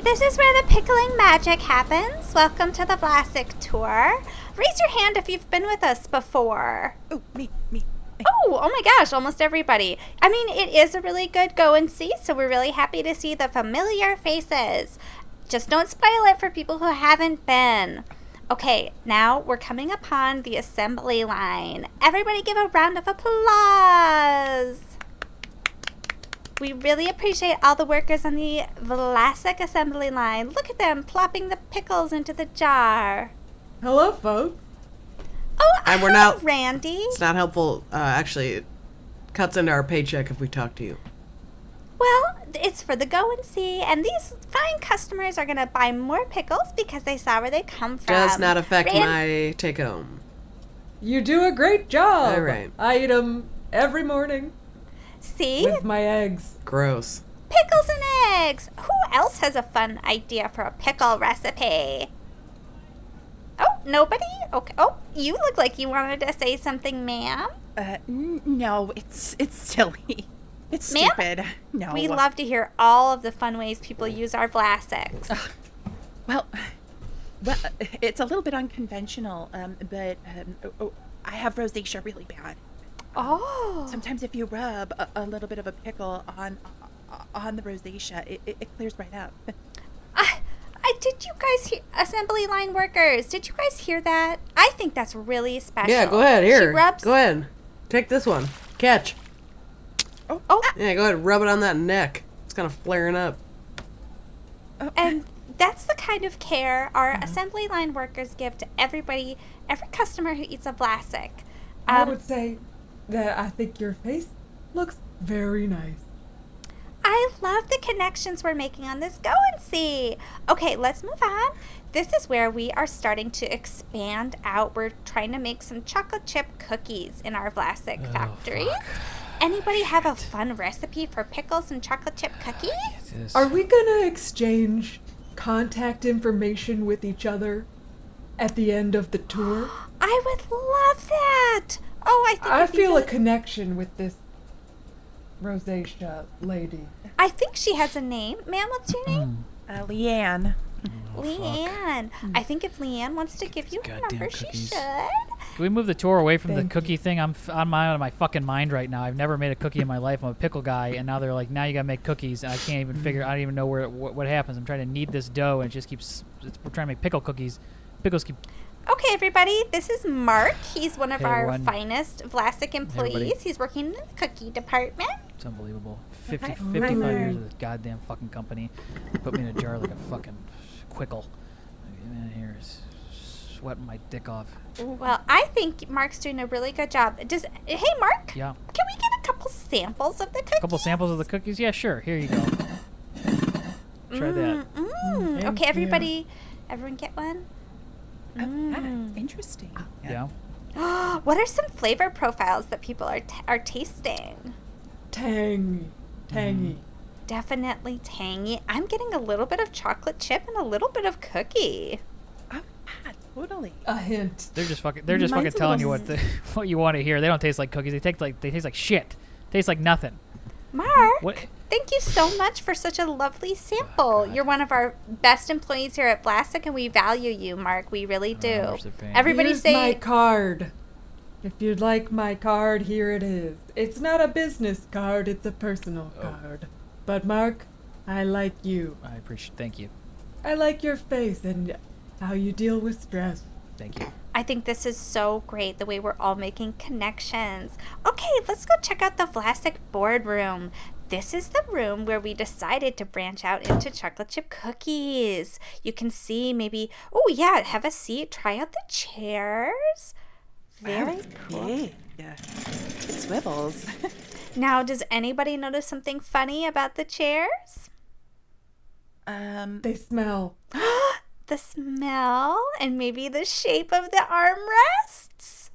Speaker 5: This is where the pickling magic happens. Welcome to the Vlasic tour. Raise your hand if you've been with us before.
Speaker 4: Oh, me, me.
Speaker 5: Oh, oh my gosh, almost everybody. I mean, it is a really good go and see, so we're really happy to see the familiar faces. Just don't spoil it for people who haven't been. Okay, now we're coming upon the assembly line. Everybody give a round of applause. We really appreciate all the workers on the Vlasic assembly line. Look at them plopping the pickles into the jar.
Speaker 3: Hello, folks.
Speaker 5: Oh,
Speaker 3: And we're
Speaker 5: hello,
Speaker 3: not-
Speaker 5: Randy.
Speaker 3: It's not helpful. Uh, actually, it cuts into our paycheck if we talk to you.
Speaker 5: Well, it's for the go and see, and these fine customers are gonna buy more pickles because they saw where they come from.
Speaker 3: Does not affect
Speaker 5: Ran-
Speaker 3: my take home.
Speaker 2: You do a great job.
Speaker 3: All right.
Speaker 2: I eat them every morning
Speaker 5: See,
Speaker 2: with my eggs.
Speaker 3: Gross.
Speaker 5: pickles and eggs. Who else has a fun idea for a pickle recipe? Oh, nobody. Okay. Oh, you look like you wanted to say something, ma'am.
Speaker 4: Uh, n- no, it's it's silly. It's
Speaker 5: Ma'am?
Speaker 4: stupid. No.
Speaker 5: We love to hear all of the fun ways people use our vlasics.
Speaker 4: Well, well, it's a little bit unconventional, um, but um, oh, oh, I have rosacea really bad.
Speaker 5: Oh.
Speaker 4: Sometimes if you rub a, a little bit of a pickle on on the rosacea, it, it, it clears right up.
Speaker 5: I, I did you guys hear assembly line workers? Did you guys hear that? I think that's really special.
Speaker 3: Yeah, go ahead. Here.
Speaker 5: She rubs.
Speaker 3: Go ahead. Take this one. Catch.
Speaker 5: Oh,
Speaker 3: Yeah, go ahead. Rub it on that neck. It's kind of flaring up.
Speaker 5: and that's the kind of care our
Speaker 3: Mm-hmm.
Speaker 5: assembly line workers give to everybody, every customer who eats a vlasic.
Speaker 2: I
Speaker 5: Um,
Speaker 2: would say that I think your face looks very nice.
Speaker 5: I love the connections we're making on this go and see. Okay, let's move on. This is where we are starting to expand out. We're trying to make some chocolate chip cookies in our Vlasic
Speaker 1: Oh,
Speaker 5: factories. Anybody have a fun recipe for pickles and chocolate chip cookies?
Speaker 2: Are we gonna exchange contact information with each other at the end of the tour?
Speaker 5: I would love that. Oh, I think
Speaker 2: I
Speaker 5: it'd be
Speaker 2: feel a
Speaker 5: really-
Speaker 2: connection with this rosacea lady.
Speaker 5: I think she has a name. Ma'am, what's your
Speaker 1: Mm,
Speaker 5: name?
Speaker 4: Uh, Leanne.
Speaker 1: oh,
Speaker 5: Leanne. I think if Leanne wants to give you her
Speaker 1: Mm. goddamn
Speaker 5: number, she
Speaker 1: cookies.
Speaker 5: should.
Speaker 1: Can we move the tour away from the
Speaker 2: Thank
Speaker 1: cookie thing? I'm f- I'm out of my fucking mind right now. I've never made a cookie in my life. I'm a pickle guy, and now they're like, now you gotta make cookies, and I can't even figure. I don't even know where what, what happens. I'm trying to knead this dough, and it just keeps. It's, we're trying to make pickle cookies. Pickles keep.
Speaker 5: Okay, everybody, this is Mark. He's one of
Speaker 1: Hey,
Speaker 5: our
Speaker 1: everyone.
Speaker 5: finest Vlasic employees.
Speaker 1: Everybody.
Speaker 5: He's working in the cookie department.
Speaker 1: It's unbelievable. 50, 55 years of this goddamn fucking company. Put me in a jar like a fucking quickle. Man, here is sweating my dick off.
Speaker 5: Well, I think Mark's doing a really good job. Does hey Mark?
Speaker 1: Yeah.
Speaker 5: Can we get a couple samples of the cookie?
Speaker 1: A couple samples of the cookies. Yeah, sure. Here you go. Try that.
Speaker 5: Mm, okay, everybody, everyone get one.
Speaker 4: Yeah, interesting.
Speaker 1: Yeah.
Speaker 5: what are some flavor profiles that people are t- are tasting?
Speaker 2: Tangy, tangy.
Speaker 5: Definitely tangy. I'm getting a little bit of chocolate chip and a little bit of cookie.
Speaker 4: Oh, yeah, totally.
Speaker 2: A hint.
Speaker 1: They're just fucking. They're just
Speaker 2: Mine's
Speaker 1: fucking
Speaker 2: a
Speaker 1: telling you
Speaker 2: little
Speaker 1: what the, what you want to hear. They don't taste like cookies. They taste like they taste like shit. Taste like nothing.
Speaker 5: Mark,
Speaker 1: What?
Speaker 5: thank you so much for such a lovely sample. You're one of our best employees here at Vlasic, and we value you, Mark. We really
Speaker 1: don't know how
Speaker 5: do.
Speaker 1: much they're paying.
Speaker 5: Everybody
Speaker 2: Here's
Speaker 5: say,
Speaker 2: my card. If you'd like my card, here it is. It's not a business card, it's a personal card. But Mark, I like you.
Speaker 1: I appreciate. Thank you.
Speaker 2: I like your face and how you deal with stress.
Speaker 1: Thank you.
Speaker 5: I think this is so great the way we're all making connections. Okay, let's go check out the Vlasic boardroom. This is the room where we decided to branch out into chocolate chip cookies. You can see maybe, oh yeah, have a seat, try out the chairs.
Speaker 8: Very cool.
Speaker 4: Yeah. yeah. It swivels.
Speaker 8: Now, does anybody notice something funny about the chairs?
Speaker 4: Um,
Speaker 2: They smell.
Speaker 8: The smell and maybe the shape of the armrests?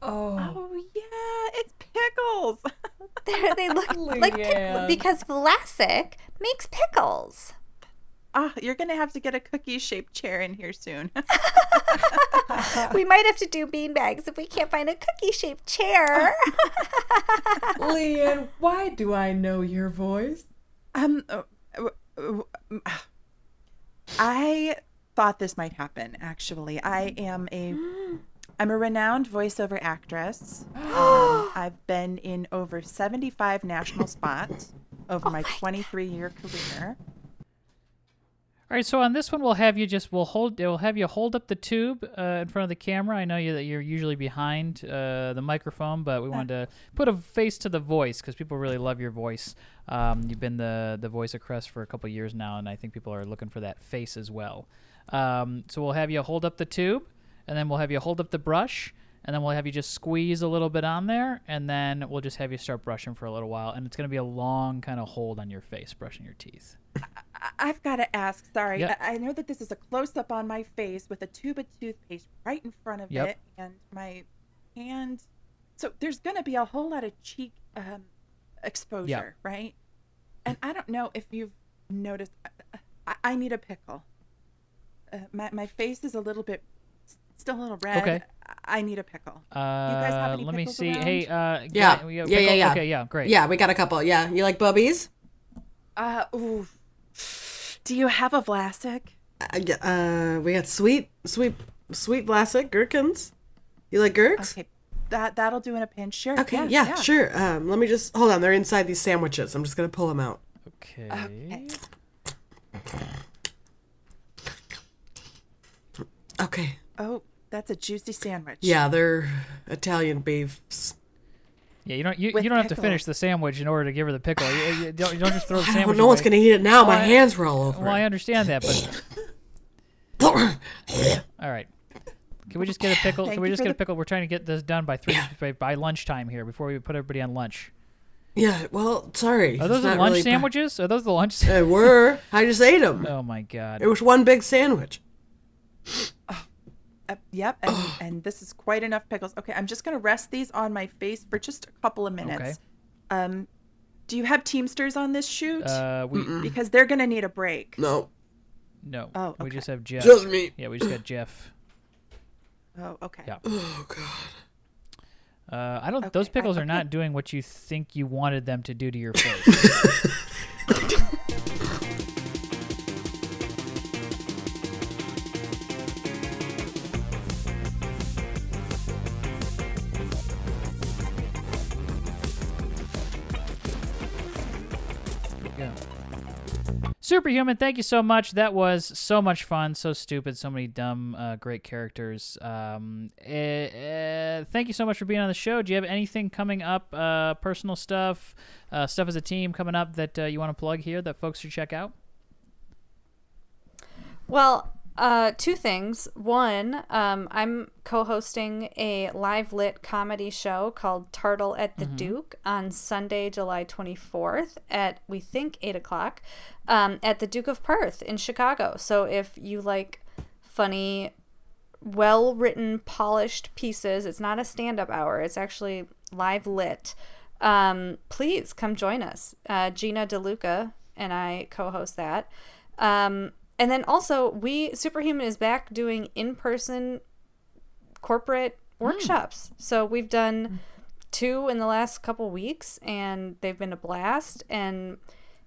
Speaker 2: Oh.
Speaker 4: oh, yeah. It's pickles.
Speaker 8: There they look like pic-
Speaker 2: yeah.
Speaker 8: because Vlasic makes pickles.
Speaker 4: Ah, you're going to have to get a cookie shaped chair in here soon.
Speaker 8: we might have to do beanbags if we can't find a cookie shaped chair.
Speaker 2: Leanne, why do I know your voice?
Speaker 4: Um, uh, w- w- m- ah. I thought this might happen. Actually, I am a I'm a renowned voiceover actress. Um, I've been in over 75 national spots over my 23 year career.
Speaker 1: All right, so on this one, we'll have you just we'll hold we'll have you hold up the tube uh, in front of the camera. I know you that you're usually behind uh, the microphone, but we wanted to put a face to the voice because people really love your voice. Um, you've been the the voice of Crest for a couple years now, and I think people are looking for that face as well. Um, so we'll have you hold up the tube, and then we'll have you hold up the brush, and then we'll have you just squeeze a little bit on there, and then we'll just have you start brushing for a little while, and it's gonna be a long kind of hold on your face, brushing your teeth.
Speaker 4: I- I've got to ask. Sorry,
Speaker 1: Yep.
Speaker 4: I-, I know that this is a close up on my face with a tube of toothpaste right in front of
Speaker 1: Yep.
Speaker 4: it, and my hand. So there's going to be a whole lot of cheek um, exposure, right? And I don't know if you've noticed. I, I need a pickle. Uh, my my face is a little bit, s- still a little red.
Speaker 1: Okay.
Speaker 4: I, I need a pickle. guys have
Speaker 1: Uh,
Speaker 4: any
Speaker 1: let me
Speaker 4: pickles
Speaker 1: see.
Speaker 4: around?
Speaker 1: Hey, uh,
Speaker 3: Yeah.
Speaker 1: can I- we
Speaker 3: Yeah,
Speaker 1: got
Speaker 3: yeah,
Speaker 1: pickle-
Speaker 3: yeah.
Speaker 1: Okay, yeah, great.
Speaker 3: Yeah, we got a couple. Yeah, you like bubbies?
Speaker 4: Uh, ooh. Do you have a Vlasic?
Speaker 3: Uh, yeah, uh, we got sweet, sweet, sweet Vlasic gherkins. You like gherks?
Speaker 4: Okay, that that'll do in a pinch. Sure.
Speaker 3: Okay, yeah, sure. Um, let me just hold on. They're inside these sandwiches. I'm just gonna pull them out.
Speaker 1: Okay.
Speaker 3: Okay.
Speaker 4: Oh, that's a juicy sandwich.
Speaker 3: Yeah, they're Italian beefs.
Speaker 1: Yeah, you don't you,
Speaker 4: With
Speaker 1: you don't have to
Speaker 4: pickles.
Speaker 1: finish the sandwich in order to give her the pickle. You, you don't, you don't just throw the
Speaker 3: I
Speaker 1: sandwich.
Speaker 3: don't, no one's
Speaker 1: away.
Speaker 3: gonna eat it now. My
Speaker 1: I-
Speaker 3: hands were all over.
Speaker 1: Well, I
Speaker 3: it.
Speaker 1: understand that, but all right. Can we just get a pickle?
Speaker 4: Thank
Speaker 1: Can we
Speaker 4: you
Speaker 1: just
Speaker 4: for
Speaker 1: get a
Speaker 4: the-
Speaker 1: pickle? We're trying to get this done by three by, by lunchtime here before we put everybody on lunch.
Speaker 3: yeah. Well, sorry.
Speaker 1: Are
Speaker 3: it's
Speaker 1: those the
Speaker 3: not
Speaker 1: lunch
Speaker 3: really-
Speaker 1: sandwiches? Are those the lunch? sa-
Speaker 3: They were. I just ate them.
Speaker 1: oh my god.
Speaker 3: It was one big sandwich.
Speaker 4: Uh, yep. And, and this is quite enough pickles. Okay, I'm just gonna rest these on my face for just a couple of minutes. Um, do you have Teamsters on this shoot?
Speaker 1: Uh, we
Speaker 4: because they're gonna need a break.
Speaker 3: No,
Speaker 1: no.
Speaker 4: Oh,
Speaker 1: We
Speaker 4: okay.
Speaker 1: just have Jeff.
Speaker 3: just me.
Speaker 1: Yeah, we just got Jeff.
Speaker 4: Oh, okay.
Speaker 1: Yeah.
Speaker 3: Oh God.
Speaker 1: Uh, I don't. Those
Speaker 4: Okay, I-
Speaker 1: pickles are
Speaker 4: okay.
Speaker 1: not doing what you think you wanted them to do to your face. Yeah. Superhuman, thank you so much. That was so much fun, so stupid, so many dumb, uh, great characters. Um, eh, eh, thank you so much for being on the show. Do you have anything coming up, uh, personal stuff, uh, stuff as a team coming up that uh, you want to plug here that folks should check out?
Speaker 5: Well, uh, two things. One, um, I'm co hosting a live lit comedy show called Tartle at the Duke on Sunday, July 24th at, we think, 8 o'clock um, at the Duke of Perth in Chicago. So if you like funny, well written, polished pieces, it's not a stand up hour, it's actually live lit. Um, please come join us. Uh, Gina DeLuca and I co host that. Um, and then also, we Superhuman is back doing in person corporate workshops. So we've done two in the last couple weeks, and they've been a blast. And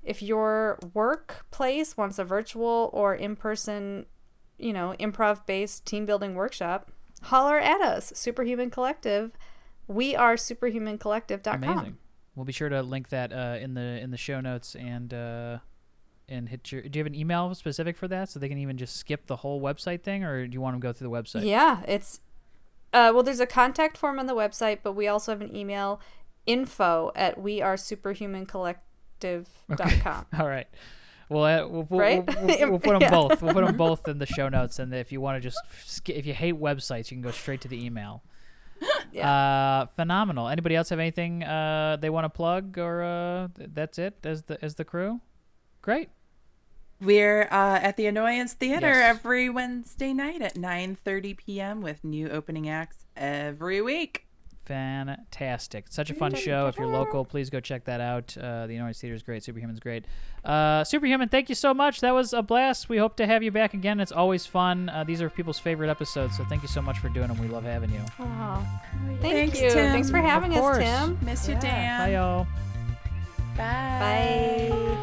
Speaker 5: if your workplace wants a virtual or in person, you know, improv based team building workshop, holler at us, Superhuman Collective. We are superhumancollective.com.
Speaker 1: Amazing. We'll be sure to link that uh, in the in the show notes and uh, and hit your. Do you have an email specific for that so they can even just skip the whole website thing, or do you want them to go through the website?
Speaker 5: Yeah, it's uh, well, there's a contact form on the website, but we also have an email info at we are superhuman collective dot com.
Speaker 1: All right. Well, uh, we'll, we'll,
Speaker 5: Right?
Speaker 1: we'll, we'll, we'll put them
Speaker 5: Yeah.
Speaker 1: both. We'll put them both in the show notes, and if you want to just, sk- if you hate websites, you can go straight to the email.
Speaker 5: Yeah.
Speaker 1: Uh, phenomenal. Anybody else have anything uh, they want to plug, or uh, th- that's it as the as the crew? Great.
Speaker 4: We're uh, at the Annoyance Theater
Speaker 1: Yes.
Speaker 4: every Wednesday night at 9:30 p.m. with new opening acts every week.
Speaker 1: Fantastic. Such a fun show. If you're local, please go check that out. Uh, the Annoyance Theater is great. Superhuman's great. Uh, Superhuman, thank you so much. That was a blast. We hope to have you back again. It's always fun. Uh, these are people's favorite episodes, so thank you so much for doing them. We love having you.
Speaker 5: Wow. Thank
Speaker 4: Thanks,
Speaker 5: you.
Speaker 4: Tim.
Speaker 5: Thanks for having
Speaker 1: Of
Speaker 5: us,
Speaker 1: course.
Speaker 5: Tim.
Speaker 4: Miss you, Dan.
Speaker 1: Bye, y'all.
Speaker 4: Bye.
Speaker 5: Bye.